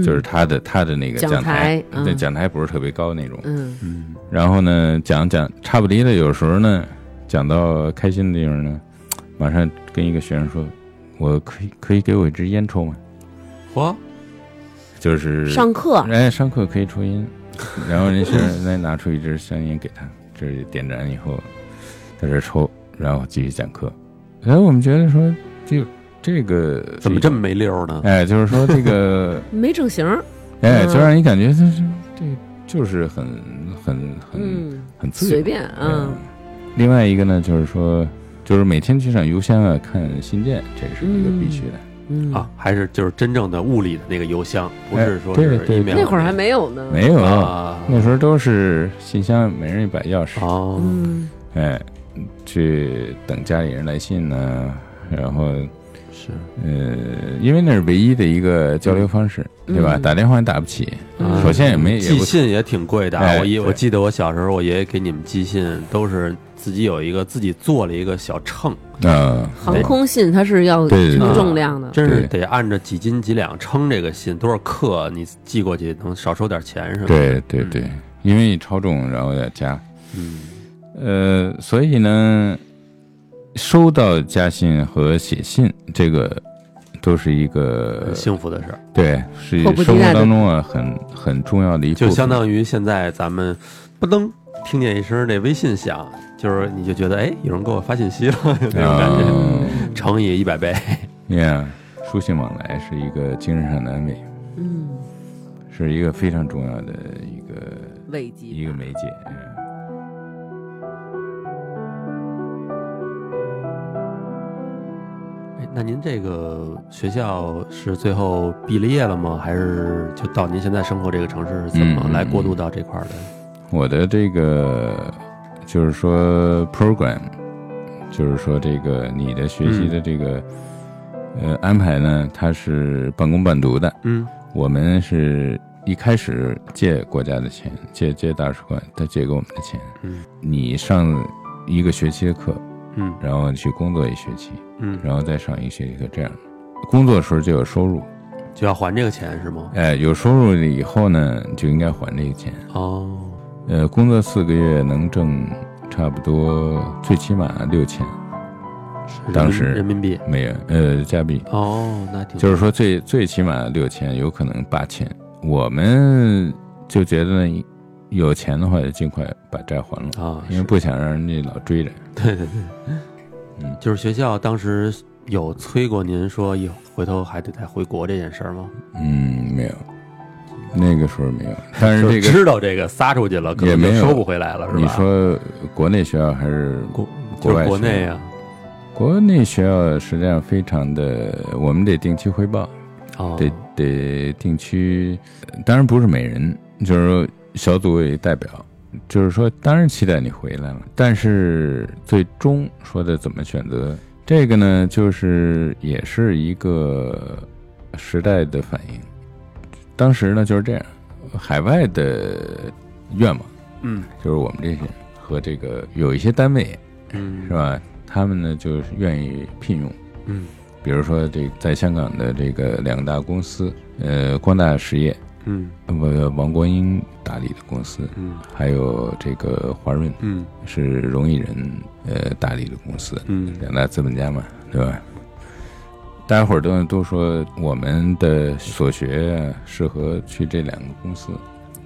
<laughs> 就是他的他的那个
讲
讲台
台，嗯
那讲台不是特别高那种。
嗯
嗯，
然后呢，讲讲差不离的，有时候呢，讲到开心的地方呢，马上跟一个学生说：“我可以可以给我一支烟抽吗
嚯，？”
就是
上课
哎上课可以抽烟，然后那学生再拿出一支香烟给他， <laughs> 这点燃以后，在这抽，然后继续讲课。然后我们觉得说，就这个
怎么这么没溜儿呢？
哎，就是说这
<laughs>
个
没正形儿，
哎，
嗯
就让你感觉就是这就是很很很
嗯，
很自由
随便
嗯
啊，。
另外一个呢，就是说，就是每天去上邮箱啊看信件，这是一个必须的。
嗯
啊，，还是就是真正的物理的那个邮箱，不是说
哎对
是
对嗯
email
那会儿还没有呢，
没有，
啊，
那时候都是信箱，每人一把钥匙。
哦，
嗯
哎，去等家里人来信呢、然后
是
呃，因为那是唯一的一个交流方式，
嗯
对吧？打电话也打不起，
嗯
首先也没也
寄
不
信也挺贵的啊。
哎
我
对
爷我记得我小时候，我爷爷给你们寄信都是自己有一个自己做了一个小秤，
啊，
航空信它是要
对对
什么
对
重量的？
真是
对
得按着几斤几两称这个信，多少克你寄过去能少收点钱是吧？，
对对对，因为你超重，然后要加，
嗯，
呃，所以呢，收到家信和写信这个都是一个
很幸福的事儿，
对，是
迫不及
生活
待的
当中啊很很重要的一部分，
就相当于现在咱们不噔听见一声这微信响，就是你就觉得哎，有人给我发信息了， <laughs> 有那种感觉，
嗯
乘以一百倍，
，yeah，书信往来是一个精神上的安慰，
嗯，
是一个非常重要的一个
慰藉吧
一个媒介。嗯
哎，那您这个学校是最后毕了业了吗？还是就到您现在生活这个城市，怎么来过渡到这块儿的？
我的这个就是说 program，就是说这个你的学习的这个、呃安排呢，它是半工半读的。
嗯，
我们是一开始借国家的钱，借借大使馆，他借给我们的钱。
嗯，
你上一个学期的课，
嗯
然后去工作一学期，
嗯，
然后再上一个学期课，这样工作的时候就有收入。
就要还这个钱是吗？
哎，有收入了以后呢，你就应该还这个钱。
哦，
呃，工作四个月能挣差不多最起码六千
是
当
人民
时
人民币
美元，呃，加币，
哦，那挺
就是说最最起码六千，有可能八千。我们就觉得呢有钱的话就尽快把债还了，
啊，
因为
是
不想让人家老追着。
对对对，
嗯
就是学校当时有催过您说以后回头还得再回国这件事儿吗？
嗯，没有，那个时候没有。但是这
就
个
知道这个撒出去了，可
也
能
没
就
有
收不回来了，是吧？
你说国内学校还是
国
国
就
外
是国
学校
内啊，
国内学校实际上非常的，我们得定期汇报，
哦，
得得定期，当然不是每人，就是说小组有一代表，就是说当然期待你回来了，但是最终说的怎么选择，这个呢，就是也是一个时代的反应。当时呢就是这样，海外的愿望
嗯
就是我们这些和这个有一些单位
嗯
是？吧？他们呢就是愿意聘用，
嗯
比如说这在香港的这个两大公司，呃，光大实业，
嗯
呃，王国英打理的公司，
嗯
还有这个华润
嗯
是荣毅仁呃打理的公司，
嗯
两大资本家嘛，对吧？大家伙儿都都说我们的所学啊适合去这两个公司，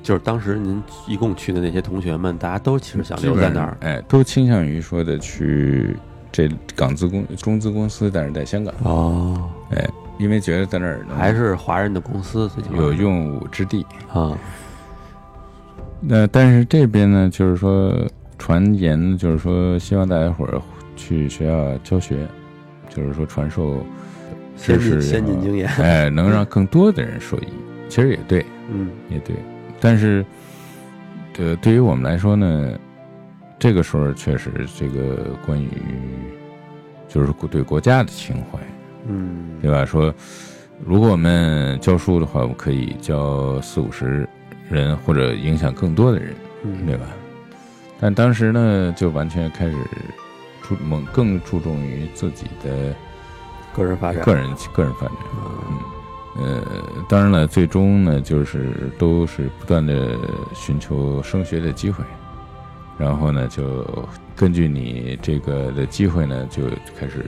就是当时您一共去的那些同学们，大家都其实想留在那儿，
哎，都倾向于说的去这港资公中资公司，但是在香港，
哦，
因为觉得在那儿能
还是华人的公司最起码
有用武之地。
啊，
那但是这边呢，就是说传言，就是说希望大家伙儿去学校教学，就是说传 <laughs> 授
先进
知识也
先
好
进经验，
哎，能让更多的人受益。其实也对，
嗯
也对。但是，呃，对于我们来说呢，这个时候确实这个关于就是对国家的情怀，
嗯，
对吧？说如果我们教书的话，我们可以教四五十人，或者影响更多的人。
嗯
对吧？但当时呢，就完全开始注猛更注重于自己的
个人发展，
啊个人个人发展。
嗯
嗯，呃，当然了，最终呢，就是都是不断的寻求升学的机会，然后呢，就根据你这个的机会呢，就开始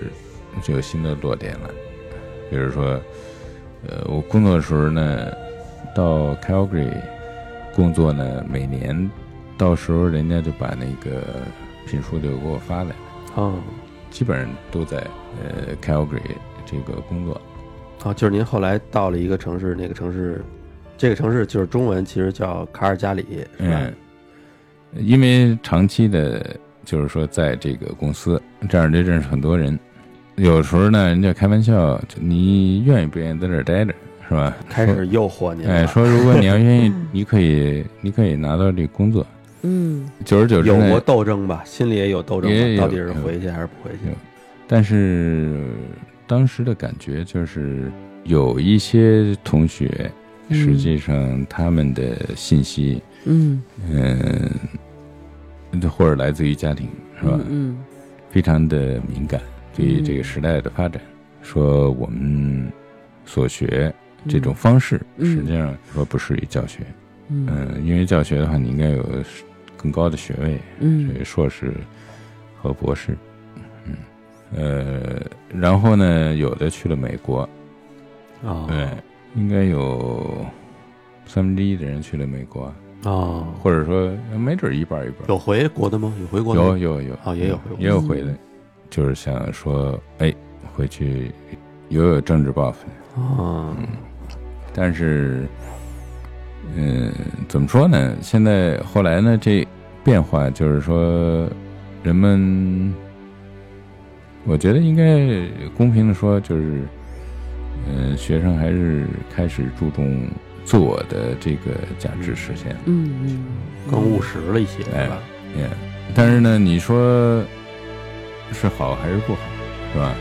就有新的落点了。比如说，呃，我工作的时候呢，到 Calgary 工作呢，每年到时候人家就把那个聘书就给我发来，
哦
基本上都在呃 Calgary 这个工作。
哦，就是您后来到了一个城市，那个城市，这个城市就是中文其实叫卡尔加里，是吧
嗯？，因为长期的，就是说在这个公司这样就认识很多人，有时候呢，人家开玩笑，就你愿意不愿意在这儿待着，是吧？
开始诱惑您
哎，
了，
说如果你要愿
嗯
意，你可以，你可以拿到这个工作。
嗯，
久而久之
有
呢
过，斗争吧，心里也有斗争
也
吧，
有
到底是回去还是不回去？
但是当时的感觉就是，有一些同学，
嗯
实际上他们的信息，
嗯，
嗯，或者来自于家庭，是吧？
嗯
非常的敏感，对于这个时代的发展，说我们所学这种方式，
嗯
实际上说不适于教学。
嗯
嗯、因为教学的话，你应该有更高的学位，
嗯
所以硕士和博士。嗯，呃，然后呢，有的去了美国，
哦，
对，应该有三分之一的人去了美国，
哦，
或者说没准儿一半儿一半儿。
有回国的吗？有回国的吗
有有有
哦也有回国
也有回来，就是想说，哎，回去也有嗯政治抱负，
哦，
但是，嗯，怎么说呢？现在后来呢，这变化就是说，人们，我觉得应该公平的说，就是，嗯，学生还是开始注重自我的这个价值实现。
嗯嗯，
更务实了一些，
哎
是吧？
嗯，但是呢，你说是好还是不好，是吧？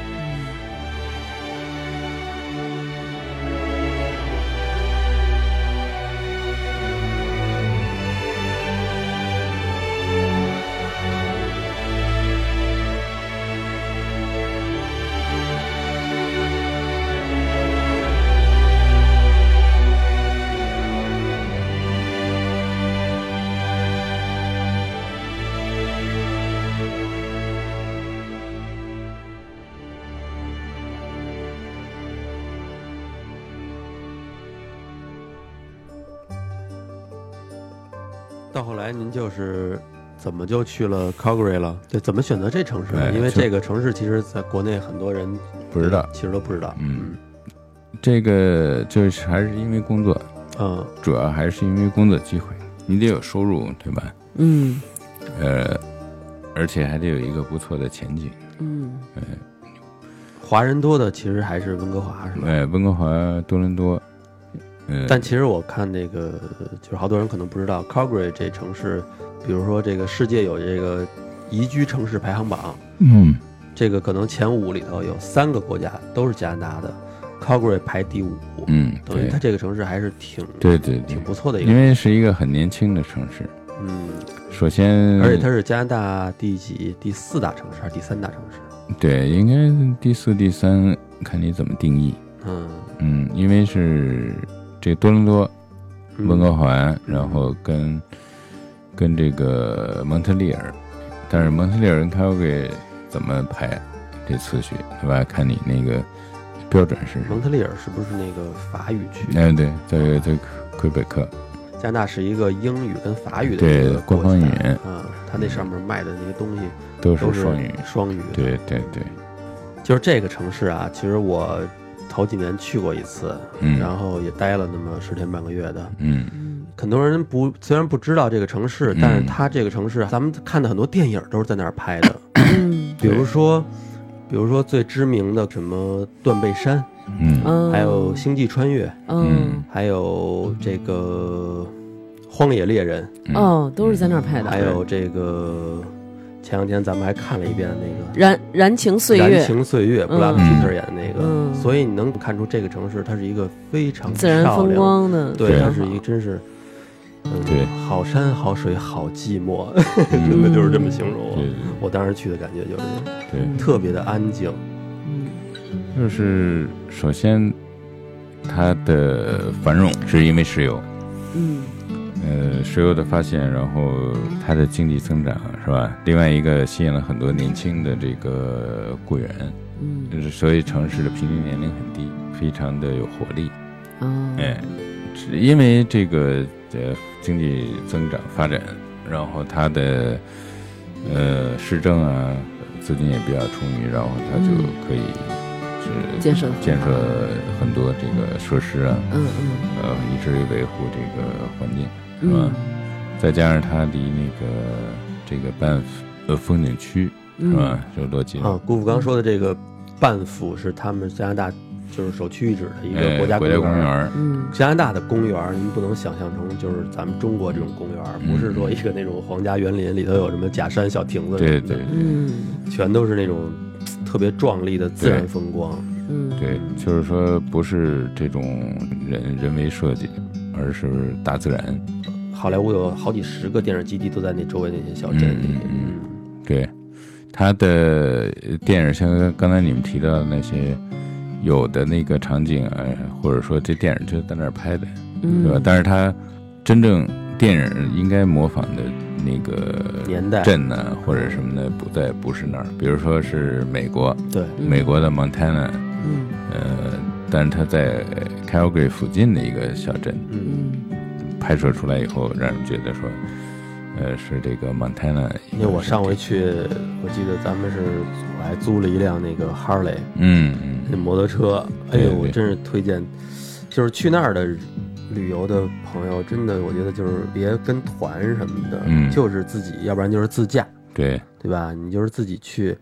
到后来您就是怎么就去了 Calgary 了？对，怎么选择这城市
哎？
因为
就
这个城市其实在国内很多人
不知道
其实都不知道。
嗯这个，就是还是因为工作，
嗯
主要还是因为工作机会，你得有收入，对吧？
嗯
呃，而且还得有一个不错的前景。呃
嗯
华人多的其实还是温哥华，是吧？
呃，温哥华、多伦多，呃，
嗯但其实我看这个，就是好多人可能不知道，Calgary 这城市，比如说这个世界有这个宜居城市排行榜，
嗯，
这个可能前五里头有三个国家都是加拿大的，Calgary 排第五，
嗯，
等于
对
它，这个城市还是挺
对对对
挺，不错的一
因
个，
为是一个很年轻的城市。
嗯，
首先，
而且它是加拿大第几第四大城市还是第三大城市？
对，应该第四、第三，看你怎么定义。
嗯，
嗯，因为是这多伦多、
嗯
温哥华，然后跟跟这个蒙特利尔，但是蒙特利尔跟 Calgary 怎么排这次序，对吧？看你那个标准是什
蒙
么。
特利尔是不是那个法语区？
哎，对，在在魁北克，
加拿大是一个英语跟法语的
对
一个
官
国
方
家
语言
啊，它那上面卖的那些东西
都
都
是
是
双语。
双语的
对对对，
就是这个城市啊，其实我头几年去过一次，
嗯，
然后也待了那么十天半个月的。
嗯
很多人不虽然不知道这个城市，
嗯
但是它这个城市，咱们看的很多电影都是在那儿拍的，
嗯
比如说。比如说最知名的什么《断背山
嗯》，
嗯，
还有《星际穿越》，
嗯
还有这个《荒野猎人
嗯
哦，都是在那儿拍》，
还
的。
有这个前两天咱们还看了一遍那个
燃燃情岁
燃
月，
情岁月，布拉克希特演的那个，
嗯
所以你能看出这个城市它是一个非常
自然风
漂亮，
光的，
对，
对
它是一个真是，嗯，
对，
好山好水好寂寞，
嗯
<laughs> 真的就是这么形容
对
我。我当时去的感觉就是这样
对对。
特别的安静，
嗯
就是首先，它的繁荣是因为石油，
嗯
呃，石油的发现，然后它的经济增长呃是吧？另外一个吸引了很多年轻的这个雇员，呃
嗯
就是所以城市的平均年龄很低，非常的有活力。
哦，
哎，只因为这个呃经济增长发展，然后它的呃市政啊资金也比较充裕，然后它就
嗯
可以是
建设
建设很多这个设施啊，
嗯
呃，以至于维护这个环境，
嗯
是吧
嗯？
再加上它离那个这个半呃风景区是吧
嗯，
就洛基
啊，顾富刚说的这个班夫是他们加拿大就是首屈一指的一
哎
个国家
国
公
家公园
园。
儿，
嗯
加拿大的公园，您不能想象成就是咱们中国这种公园，
嗯
不是说一个那种皇家园林里头有什么假山、小亭子，
对对，
嗯
全都是那种嘖特别壮丽的自然风光。
嗯，
对，就是说不是这种人人为设计，而是大自然。
好莱坞有好几十个电影基地都在那周围那些小镇里
嗯，嗯对，它的呃电影像刚才你们提到的那些，有的那个场景啊，或者说这电影就在那儿拍的，对吧？
嗯
但是它真正电影应该模仿的那个
年代
镇呢、或者什么的，不在不是那儿。比如说是美国，
对，
美国的 Montana，
嗯
呃，但是它在 Calgary 附近的一个小镇。
嗯，
嗯
拍摄出来以后，让人觉得说，呃，是这个 Montana 一个
因为我上
圣
回
地，
去，我记得咱们是我还租了一辆那个 Harley
嗯嗯，
那摩托车，哎
对
呦，我
对
真是推荐，就是去那儿的旅游的朋友，真的我觉得就是别跟团什么的，
嗯
就是自己，要不然就是自驾，
对，
对吧？你就是自己去，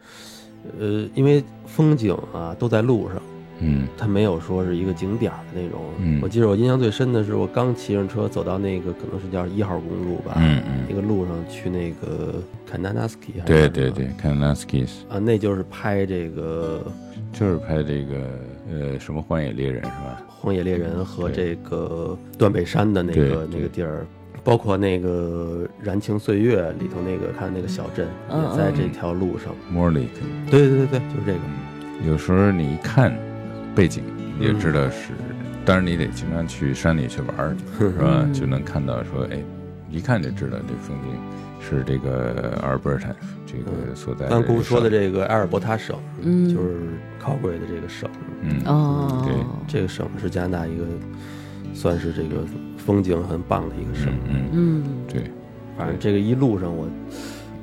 呃，因为风景啊都在路上。
嗯
它没有说是一个景点儿的那种。
嗯
我记得我印象最深的是，我刚骑上车走到那个可能是叫一号公路吧，
嗯嗯，
那个路上去那个 Kananaski，还是
对
什么
对对 k a n a s k i s
啊，那就是拍这个
就是拍这个呃什么荒野猎人是吧？
《荒野猎人》和
对
这个断背山的那个
对
那个地儿。包括那个《燃情岁月》里头那个看那个小镇，
嗯
也在这条路上。
莫里克，
对对对对，就是这个。
嗯，有时候你一看背景，你就
嗯
知道是，当然你得经常去山里去玩儿，是吧？
嗯
就能看到说，哎，一看就知道这风景是这个阿尔伯坦这个所在。
<laughs> 刚姑说的，这个埃尔伯塔省，
嗯
就是 Calgary 的这个省，
嗯，
哦，
对
这个省是加拿大一个算是这个风景很棒的一个省。
嗯嗯，
嗯
对。
反正这个一路上我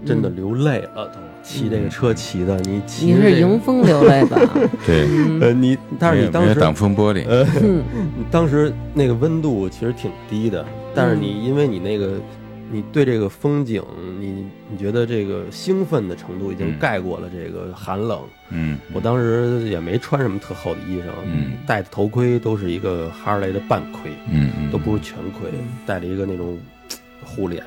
真的流泪了都，骑这个车骑的，你骑
你
着这
是
个
迎风流泪吧？
对，
呃你，但
嗯没
是你
有
当
没有
时
挡风玻璃，
呃
嗯，
你当时那个温度其实挺低的，但是你因为你那个，你对这个风景，你你觉得这个兴奋的程度已经
嗯
盖过了这个寒冷。
嗯，
我当时也没穿什么特厚的衣裳，
嗯
戴的头盔都是一个哈雷的半盔，
嗯嗯
都不是全盔，戴了一个那种嘖护脸，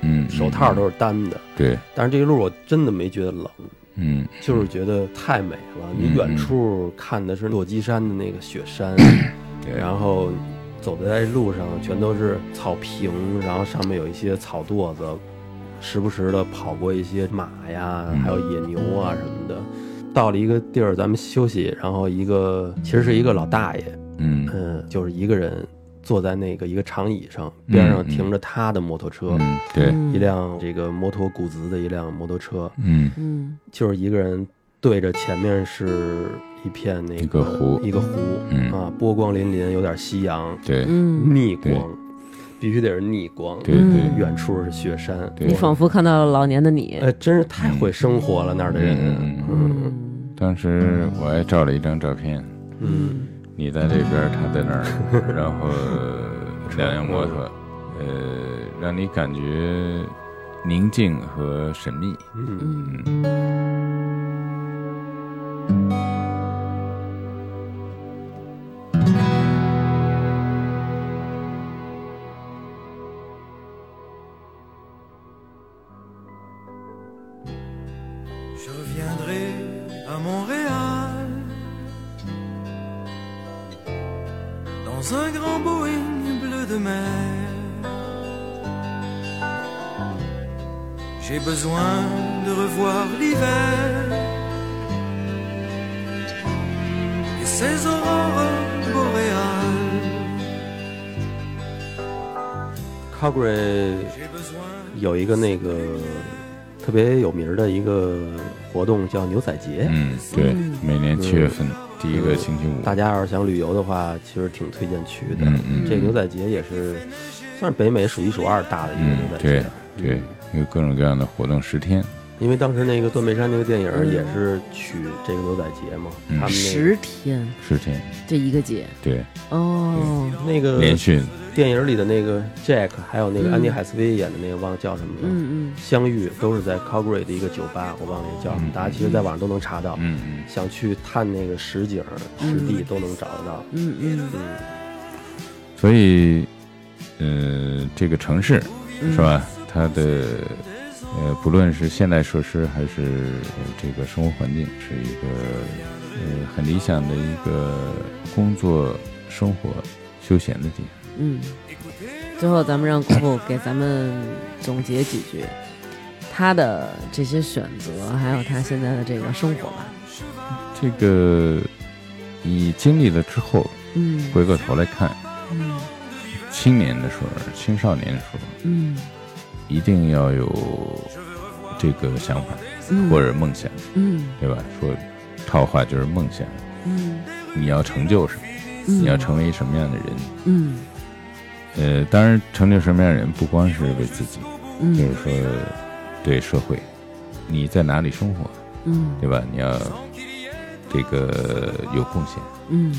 嗯
就手套都是单的。
对，
但是这一路我真的没觉得冷，
嗯
就是觉得太美了。你
嗯
远处看的是落基山的那个雪山。
<clears throat> 嗯对，
然后走在路上全都是草坪，然后上面有一些草垛子，时不时的跑过一些马呀
嗯，
还有野牛啊什么的。到了一个地儿，咱们休息，然后一个其实是一个老大爷，
嗯
嗯，就是一个人坐在那个一个长椅上，
嗯
边上停着他的摩托车，
嗯对，
一辆这个摩托古兹的一辆摩托车，
嗯
嗯
就是一个人对着前面是一片那个
一个湖
一个湖
嗯
啊，波光粼粼，有点夕阳，
对
嗯，
逆
对
光，必须得是逆光。
对对
远处是雪山，
对
你仿佛看到了老年的你。
哎，真是太会生活了那儿的人。
嗯
嗯
嗯，
当时我还照了一张照片，
嗯
你在这边，他在那
<laughs>
儿，然后两辆摩托，呃，让你感觉宁静和神秘。
嗯，
Je viendrai à Montréal dans un grand Boeing bleu de mer. J'ai besoin de revoir l'hiver et ses aurores boréales.
c a g r y
J'ai besoin
有一个那个特别有名儿的一个活动叫牛仔节，
嗯，对，每年七月份第一个星期五，
大家要是想旅游的话，其实挺推荐去的。
嗯嗯
这个牛仔节也是算是北美数一数二大的一个
嗯
牛仔，节
对。对，有各种各样的活动，十天，
因为当时那个《断背山》那个电影儿也是取这个牛仔节嘛，
嗯
他们那个
嗯十天
十天，
这一个节
对，
哦，
那个
连续，
电影里的那个 Jack，还有那个安妮海瑟薇演的那个，忘了叫什么了。
嗯嗯，
相遇都是在 Calgary 的一个酒吧，我忘了那叫什么，大家其实在网上都能查到。
嗯嗯，
想去探那个实景实地都能找得到。
嗯嗯，
嗯，
所以，呃，这个城市是吧？它的呃，不论是现代设施还是呃这个生活环境，是一个呃很理想的一个工作、生活、休闲的地方。
嗯，最后咱们让姑姑给咱们总结几句，她的这些选择，还有她现在的这个生活吧。
这个你经历了之后，
嗯
回过头来看，
嗯
青年的时候、青少年的时候，
嗯
一定要有这个想法
嗯
或者梦想，
嗯
对吧？说套话就是梦想，
嗯
你要成就什么，
嗯，
你要成为什么样的人。
嗯
呃，当然，成就什么样的人，不光是为自己，就
嗯
是说对社会，你在哪里生活，
嗯
对吧？你要这个有贡献，
嗯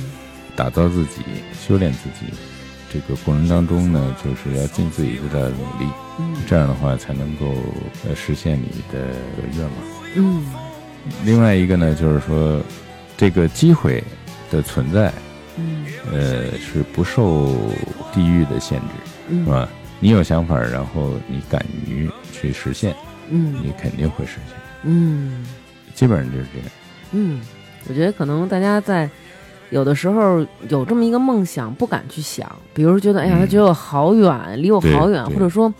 打造自己，修炼自己。这个过程当中呢，就是要尽自己最大的努力，
嗯
这样的话才能够呃实现你的愿望。
嗯
另外一个呢，就是说这个机会的存在，
嗯
呃，是不受地域的限制，是
嗯
吧？你有想法，然后你敢于去实现，
嗯
你肯定会实现。
嗯。
基本上就是这样。
嗯，我觉得可能大家在有的时候有这么一个梦想，不敢去想，比如觉得哎呀，
嗯
他觉得我好远，离我好远，
对对
或者说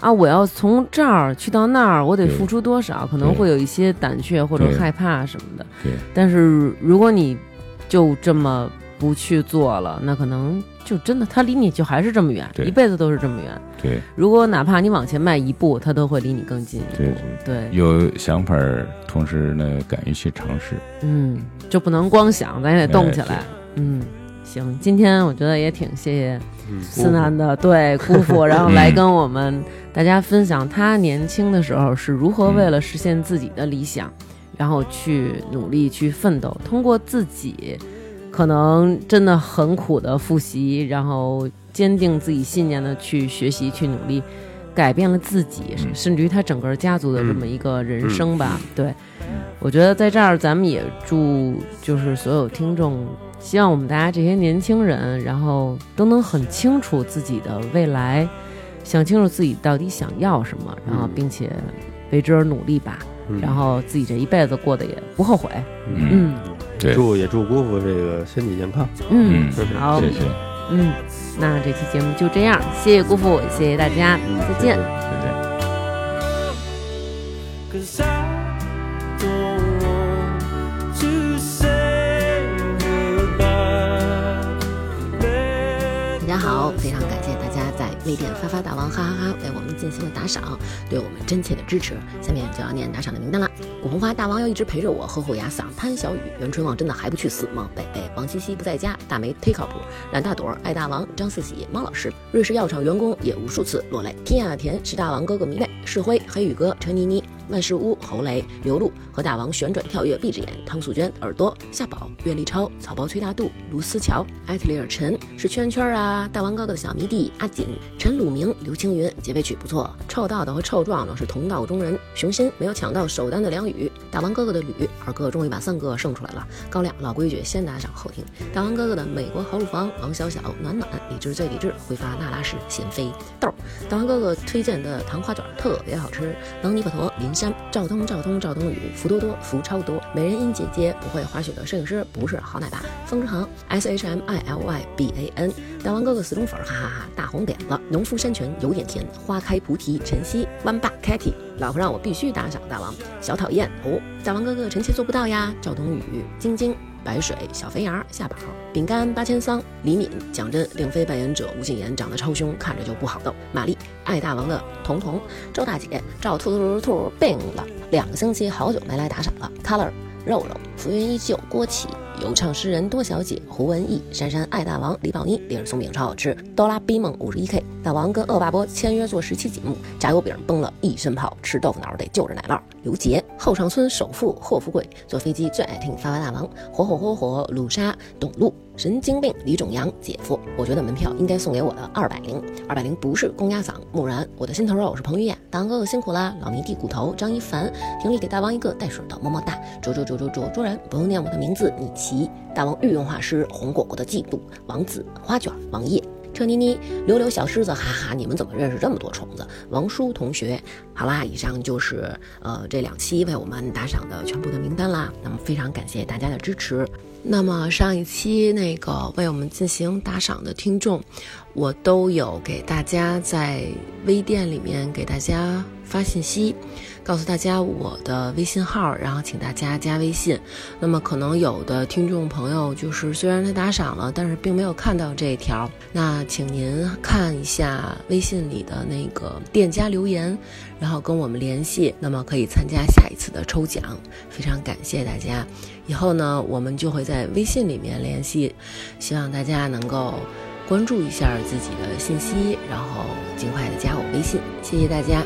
啊，我要从这儿去到那儿，我得
对
付出多少，可能
对
会有一些胆怯或者
对
害怕什么的。
对，
但是如果你就这么不去做了，那可能就真的他离你就还是这么远，
对
一辈子都是这么远。
对，
如果哪怕你往前迈一步，他都会离你更近一步。
对
对
有想法儿，同时呢，敢于去尝试。
嗯，就不能光想，咱也得动起
哎
来。嗯，行，今天我觉得也挺谢谢思南的对姑
<laughs>
父，
嗯
然后来跟我们大家分享他年轻的时候是如何为了实现自己的理想，然后去努力去奋斗，通过自己可能真的很苦的复习，然后坚定自己信念的去学习去努力，改变了自己，
嗯
甚至于他整个家族的这么一个人生
嗯
吧。对，我觉得在这儿咱们也祝就是所有听众希望我们大家这些年轻人，然后都能很清楚自己的未来，想清楚自己到底想要什么，然后
嗯
并且为之而努力吧。
嗯
然后自己这一辈子过得也不后悔。
嗯，
嗯
对，
祝也祝姑父这个身体健康。
嗯，
嗯
好，
谢谢，
嗯，那这期节目就这样，谢谢姑父，谢谢大家，再见。
再见。
Cause I don't want to say goodbye.
大家好，非常感谢大家在微店发发大王哈哈哈为我们进行了打赏，对我们真切的支持。下面就要念打赏的名单啦。古红花大王要一直陪着我，呵护牙嗓潘小雨，袁春望真的还不去死吗？北北王西西不在家，大梅忒靠谱，冉大朵爱大王张四喜猫老师，瑞士药厂员工也无数次落泪。天亚田是大王哥哥迷妹，世辉黑羽哥陈妮妮万事屋侯雷刘露和大王旋转跳跃闭着眼，汤素娟耳朵夏宝岳立超草包崔大度卢思乔艾特里尔陈是圈圈啊大王哥哥的小迷弟阿锦陈鲁明刘青云结尾曲不错，臭道道和臭壮壮是同道中人，雄心没有抢到首单的梁宇大王哥哥的吕二哥终于把三哥胜出来了，高亮老规矩先打赏后听大王哥哥的美国豪乳房王小小暖暖理智最理智挥发那拉氏贤妃豆儿大王哥哥推荐的糖花卷儿特别好吃，王尼可陀、林山、赵通、赵通、赵通宇、福多多、福超多、美人音姐姐、不会滑雪的摄影师不是好奶爸、风之航、S H M I L Y B A N、大王哥哥死忠粉儿，哈哈哈！大红脸了，农夫山泉有点甜，花开菩提，晨曦弯爸 Kitty，老婆让我必须打赏大王，小讨厌哦，大王哥哥臣妾做不到呀，赵冬雨、晶晶。白水、小肥羊、夏宝、饼干、八千桑、李敏、蒋真、令妃扮演者吴谨言长得超凶，看着就不好逗。玛丽、爱大王的彤彤、周大姐、赵兔兔兔兔病了，两个星期好久没来打赏了。Color、肉肉、浮云依旧、郭启、有唱诗人多小姐、胡文义、珊珊、爱大王、李宝妮、林儿松饼超好吃，哆啦 A 梦五十一 K，大王跟恶霸波签约做十期节目，炸油饼崩了一身泡，吃豆腐脑得就着奶酪。刘杰、后上村首富霍富贵，坐飞机最爱听发发大王，火火火火鲁莎、董路。神经病李种阳姐夫，我觉得门票应该送给我的二百零，二百零不是公鸭嗓，木然，我的心头肉是彭于晏，大王哥哥辛苦啦，老迷弟骨头张一凡，婷丽给大王一个带水的么么哒，卓卓卓卓卓卓然，不用念我的名字，米奇，大王御用画师红果果的嫉妒，王子花卷王爷。车妮妮、溜溜小狮子，哈哈，你们怎么认识这么多虫子？王叔同学，好啦，以上就是呃这两期为我们打赏的全部的名单啦。那么非常感谢大家的支持。那么上一期那个为我们进行打赏的听众，我都有给大家在微店里面给大家发信息，告诉大家我的微信号，然后请大家加微信。那么可能有的听众朋友就是虽然他打赏了，但是并没有看到这一条，那请您看一下微信里的那个店家留言，然后跟我们联系，那么可以参加下一次的抽奖。非常感谢大家。以后呢，我们就会在微信里面联系，希望大家能够关注一下自己的信息，然后尽快的加我微信，谢谢大家，